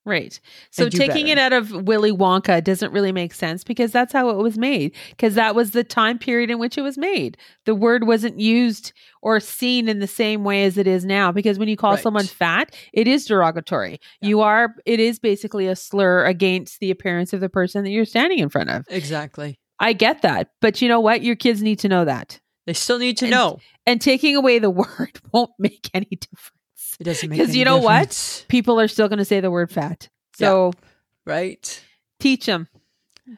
Speaker 2: Right. So
Speaker 1: do
Speaker 2: taking it out of Willy Wonka doesn't really make sense because that's how it was made. Because that was the time period in which it was made. The word wasn't used or seen in the same way as it is now. Because when you call
Speaker 1: Right.
Speaker 2: someone fat, it is derogatory.
Speaker 1: Yeah.
Speaker 2: You are, it is basically a slur against the appearance of the person that you're standing in front of.
Speaker 1: Exactly.
Speaker 2: I get that. But you know what? Your kids need to know that.
Speaker 1: They still need to
Speaker 2: And-
Speaker 1: know.
Speaker 2: And taking away the word won't make any difference.
Speaker 1: It doesn't make
Speaker 2: 'Cause
Speaker 1: any
Speaker 2: you know what?
Speaker 1: difference,
Speaker 2: People are still going to say the word fat.
Speaker 1: Yeah.
Speaker 2: So
Speaker 1: Right.
Speaker 2: teach them.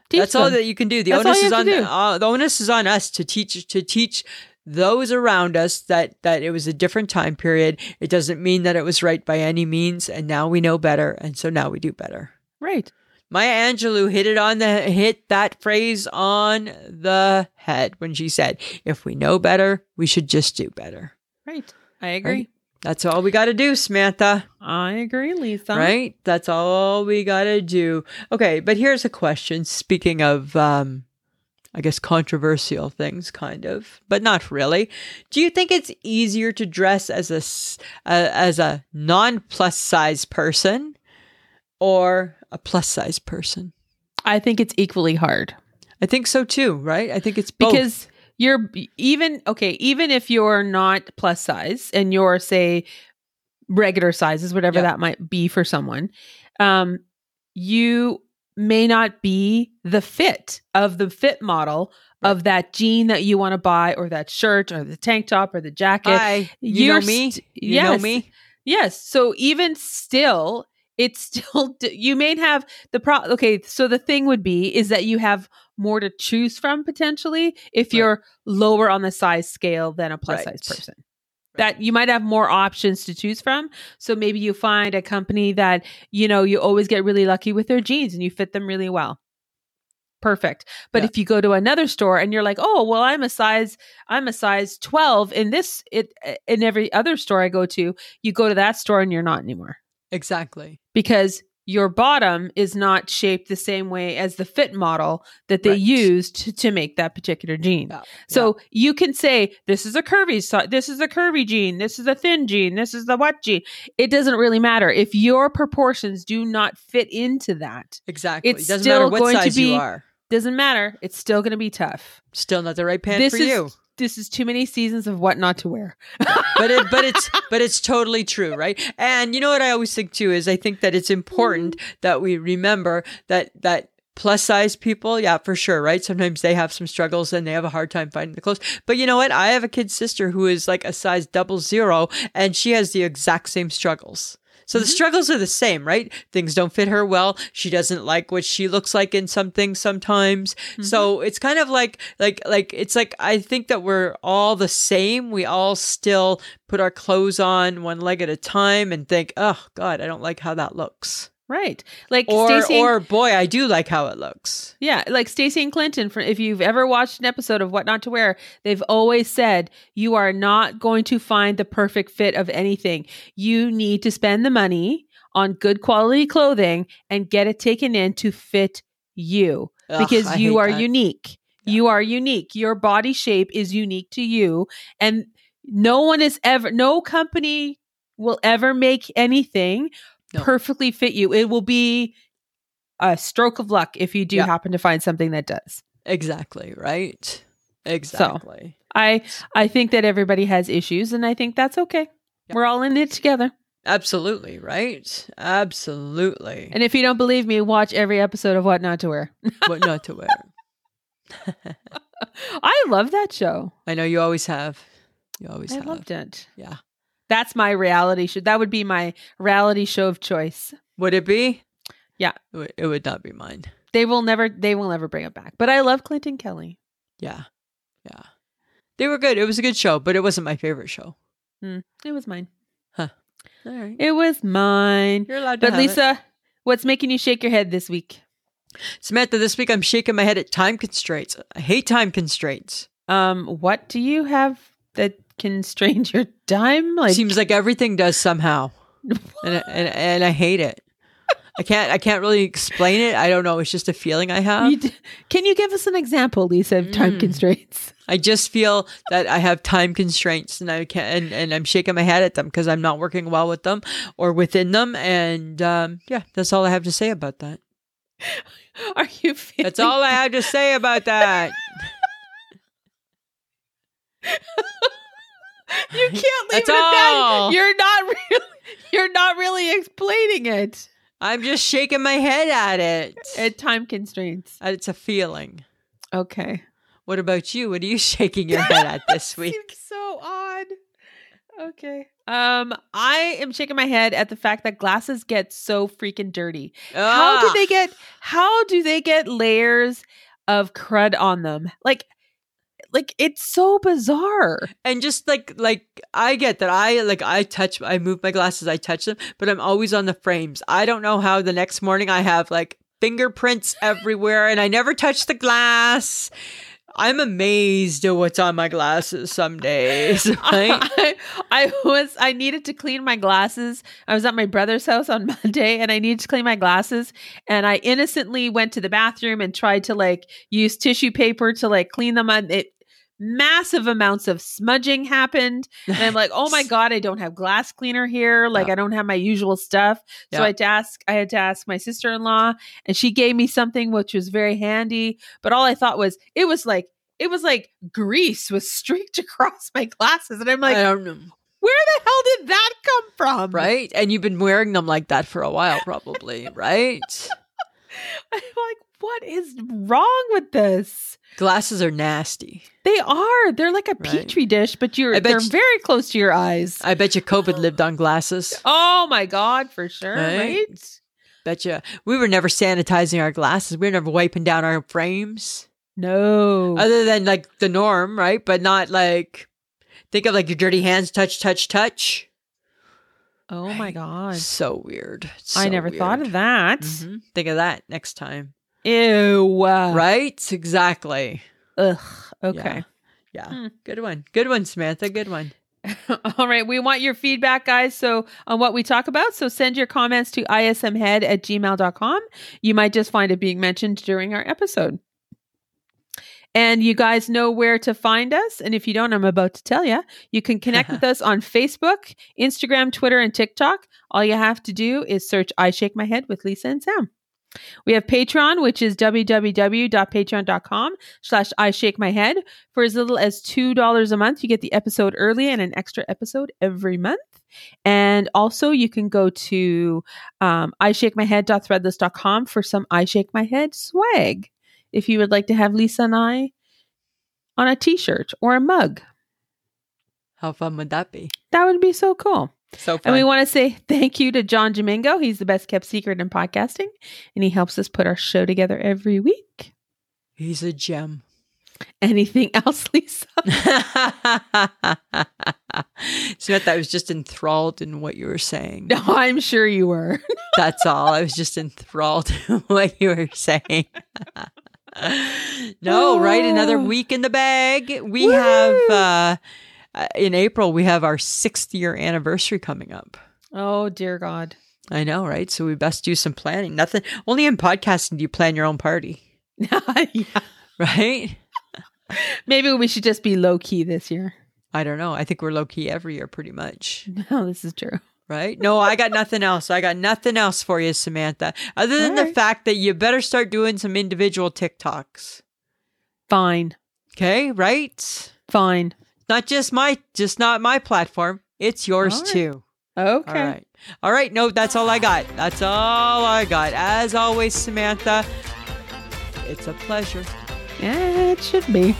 Speaker 2: Teach
Speaker 1: That's all
Speaker 2: them.
Speaker 1: that you can do. The
Speaker 2: That's all
Speaker 1: onus
Speaker 2: you
Speaker 1: is
Speaker 2: have
Speaker 1: on
Speaker 2: to do.
Speaker 1: uh, the onus is on us to teach to teach those around us that that it was a different time period. It doesn't mean that it was right by any means, and now we know better, and so now we do better.
Speaker 2: Right.
Speaker 1: Maya Angelou hit it on the hit that phrase on the head when she said, "If we know better, we should just do better."
Speaker 2: Right. I agree.
Speaker 1: That's all we got to do, Samantha.
Speaker 2: I agree, Lisa.
Speaker 1: Right? That's all we got to do. Okay, but here's a question. Speaking of, um, I guess, controversial things, kind of, but not really. Do you think it's easier to dress as a, s- uh, as a non plus size person or a plus size person?
Speaker 2: I think it's equally hard
Speaker 1: I think so too, right? I think it's both.
Speaker 2: because you're even okay, even if you're not plus size and you're say regular sizes, whatever
Speaker 1: Yeah.
Speaker 2: that might be for someone, um, you may not be the fit of the fit model of that jean that you want to buy or that shirt or the tank top or the jacket.
Speaker 1: I, you
Speaker 2: You're
Speaker 1: know me,
Speaker 2: st-
Speaker 1: you know
Speaker 2: yes.
Speaker 1: me.
Speaker 2: Yes. So even still, it's still you may have the pro. Okay, so the thing would be is that you have more to choose from potentially if
Speaker 1: Right.
Speaker 2: you're lower on the size scale than a plus
Speaker 1: Right.
Speaker 2: size person. That you might have more options to choose from. So maybe you find a company that you know you always get really lucky with their jeans and you fit them really well. Perfect. But
Speaker 1: Yeah.
Speaker 2: if you go to another store and you're like, "Oh, well, I'm a size I'm a size 12 in this it eh, in every other store I go to, you go to that store and you're not anymore
Speaker 1: Exactly.
Speaker 2: because your bottom is not shaped the same way as the fit model that they
Speaker 1: Right.
Speaker 2: used to, to make that particular jean.
Speaker 1: Yeah.
Speaker 2: So you can say this is a curvy so- this is a curvy jean, this is a thin jean, this is the what jean. It doesn't really matter if your proportions do not fit into that.
Speaker 1: Yeah, exactly.
Speaker 2: it's
Speaker 1: it doesn't
Speaker 2: still
Speaker 1: matter what
Speaker 2: going to
Speaker 1: size
Speaker 2: be-
Speaker 1: you are.
Speaker 2: Doesn't matter. It's still going to be tough.
Speaker 1: Still not the right pant
Speaker 2: this
Speaker 1: for
Speaker 2: is
Speaker 1: you.
Speaker 2: this is too many seasons of what not to wear.
Speaker 1: but it but it's but it's totally true right and you know what i always think too is i think that it's important that we remember that that plus size people yeah for sure right sometimes they have some struggles and they have a hard time finding the clothes but you know what i have a kid sister who is like a size double zero and she has the exact same struggles so the struggles are the same, right? Things don't fit her well. She doesn't like what she looks like in some things sometimes. So it's kind of like like like it's like I think that we're all the same. We all still put our clothes on one leg at a time and think, "Oh god, I don't like how that looks."
Speaker 2: Right. Like
Speaker 1: Or
Speaker 2: Stacey
Speaker 1: or boy, I do like how it looks.
Speaker 2: Yeah, like Stacey and Clinton. For if you've ever watched an episode of What Not to Wear, they've always said you are not going to find the perfect fit of anything. You need to spend the money on good quality clothing and get it taken in to fit you
Speaker 1: Ugh,
Speaker 2: because
Speaker 1: I
Speaker 2: you
Speaker 1: hate
Speaker 2: are
Speaker 1: that.
Speaker 2: unique.
Speaker 1: Yeah.
Speaker 2: You are unique. Your body shape is unique to you. And no one is ever, no company will ever make anything
Speaker 1: No.
Speaker 2: perfectly fit you. It will be a stroke of luck if you do
Speaker 1: Yeah.
Speaker 2: happen to find something that does.
Speaker 1: Exactly, right? Exactly.
Speaker 2: I I think that everybody has issues and I think that's okay.
Speaker 1: Yeah.
Speaker 2: We're all in it together.
Speaker 1: Absolutely, right? Absolutely.
Speaker 2: And if you don't believe me, watch every episode of What Not to Wear.
Speaker 1: what not to wear.
Speaker 2: I love that show.
Speaker 1: I know you always have. You always
Speaker 2: I
Speaker 1: have.
Speaker 2: loved it.
Speaker 1: Yeah.
Speaker 2: That's my reality show. That would be my reality show of choice.
Speaker 1: Would it be?
Speaker 2: Yeah.
Speaker 1: It would- It would not be mine.
Speaker 2: They will never they will never bring it back. But I love Clinton Kelly.
Speaker 1: Yeah. Yeah. They were good. It was a good show, but it wasn't my favorite show.
Speaker 2: It was mine.
Speaker 1: All right.
Speaker 2: It was mine.
Speaker 1: You're allowed to
Speaker 2: But
Speaker 1: have it.
Speaker 2: Lisa, what's making you shake your head this week?
Speaker 1: Samantha, this week I'm shaking my head at time constraints. I hate time constraints.
Speaker 2: Um, what do you have that constrains your time? Like
Speaker 1: Seems like everything does somehow. And I, and, and I hate it. I can't I can't really explain it. I don't know. It's just a feeling I have.
Speaker 2: You d- can you give us an example, Lisa, of time
Speaker 1: Mm.
Speaker 2: constraints?
Speaker 1: I just feel that I have time constraints and I can and, and I'm shaking my head at them because I'm not working well with them or within them. And um, yeah, that's all I have to say about that.
Speaker 2: Are you feeling?
Speaker 1: That's all I have to say about that.
Speaker 2: You can't leave
Speaker 1: That's
Speaker 2: it at that.
Speaker 1: all.
Speaker 2: You're not really. You're not really explaining it.
Speaker 1: I'm just shaking my head at it.
Speaker 2: At Uh, time constraints.
Speaker 1: It's a feeling.
Speaker 2: Okay.
Speaker 1: What about you? What are you shaking your head at this week?
Speaker 2: Seems so odd. Okay. Um, I am shaking my head at the fact that glasses get so freaking dirty. How do
Speaker 1: Ah,
Speaker 2: they get? How do they get layers of crud on them? Like, like it's so bizarre.
Speaker 1: and just like like i get that i like i touch i move my glasses i touch them but i'm always on the frames i don't know how the next morning i have like fingerprints everywhere and i never touch the glass i'm amazed at what's on my glasses some days right
Speaker 2: I, I was I needed to clean my glasses. I was at my brother's house on Monday and I needed to clean my glasses and I innocently went to the bathroom and tried to like use tissue paper to like clean them up. It massive amounts of smudging happened and I'm like, "Oh my god, I don't have glass cleaner here. Like
Speaker 1: Yeah.
Speaker 2: I don't have my usual stuff." So
Speaker 1: Yeah.
Speaker 2: I had to ask I had to ask my sister-in-law and she gave me something which was very handy, but all I thought was it was like it was like grease was streaked across my glasses and I'm like
Speaker 1: i don't know
Speaker 2: where the hell did that come from?
Speaker 1: right and you've been wearing them like that for a while probably right
Speaker 2: I'm like, what is wrong with this?
Speaker 1: glasses are nasty
Speaker 2: They are. They're like a
Speaker 1: Right.
Speaker 2: petri dish, but you're
Speaker 1: I bet
Speaker 2: they're
Speaker 1: you-
Speaker 2: very close to your eyes.
Speaker 1: i bet you covid lived on glasses
Speaker 2: oh my god, for sure,
Speaker 1: Right?
Speaker 2: right?
Speaker 1: bet you we were never sanitizing our glasses we were never wiping down our frames
Speaker 2: No.
Speaker 1: other than like the norm, right? But not like think of like your dirty hands touch, touch, touch.
Speaker 2: oh my god.
Speaker 1: So weird.
Speaker 2: I never thought of that.
Speaker 1: Mhm. Think of that next time,
Speaker 2: Ew. uh,
Speaker 1: right? Exactly.
Speaker 2: Ugh. Okay.
Speaker 1: Yeah.
Speaker 2: Hmm.
Speaker 1: Good one. Good one, Samantha. Good one.
Speaker 2: All right. We want your feedback, guys. So, on what we talk about. So, send your comments to ismhead at gmail.com. You might just find it being mentioned during our episode. And you guys know where to find us. And if you don't, I'm about to tell you. You can connect with us on Facebook, Instagram, Twitter, and TikTok. All you have to do is search I Shake My Head with Lisa and Sam. We have Patreon, which is www.patreon.com slash I Shake My Head. For as little as $2 a month, you get the episode early and an extra episode every month. And also, you can go to um, ishakemyhead.threadless.com for some I Shake My Head swag if you would like to have Lisa and I on a t shirt or a mug.
Speaker 1: How fun would that be?
Speaker 2: That would be so cool.
Speaker 1: So fun.
Speaker 2: And we want to say thank you to John Domingo. He's the best kept secret in podcasting, and he helps us put our show together every week.
Speaker 1: He's a gem.
Speaker 2: Anything else, Lisa?
Speaker 1: Samantha, I was just enthralled in what you were saying.
Speaker 2: No, I'm sure you were.
Speaker 1: That's all. I was just enthralled in what you were saying. no, right? Another
Speaker 2: Oh.
Speaker 1: week in the bag. We
Speaker 2: Woo!
Speaker 1: have uh, uh, in April. We have our sixth year anniversary coming up.
Speaker 2: Oh, dear God.
Speaker 1: I know, right? So we best do some planning. Nothing. Only in podcasting do you plan your own party,
Speaker 2: yeah.
Speaker 1: right?
Speaker 2: Maybe we should just be low key this year.
Speaker 1: I don't know. I think we're low key every year, pretty much.
Speaker 2: No, this is true.
Speaker 1: Right? No, I got nothing else. I got nothing else for you, Samantha, other than
Speaker 2: All
Speaker 1: the
Speaker 2: right.
Speaker 1: fact that you better start doing some individual TikToks.
Speaker 2: Fine,
Speaker 1: Okay, right?
Speaker 2: fine.
Speaker 1: not just my just not my platform it's yours
Speaker 2: All right.
Speaker 1: too
Speaker 2: Okay.
Speaker 1: all right all right no that's all i got that's all i got as always samantha it's a pleasure
Speaker 2: Yeah, it should be.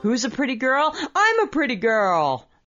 Speaker 1: who's a pretty girl i'm a pretty girl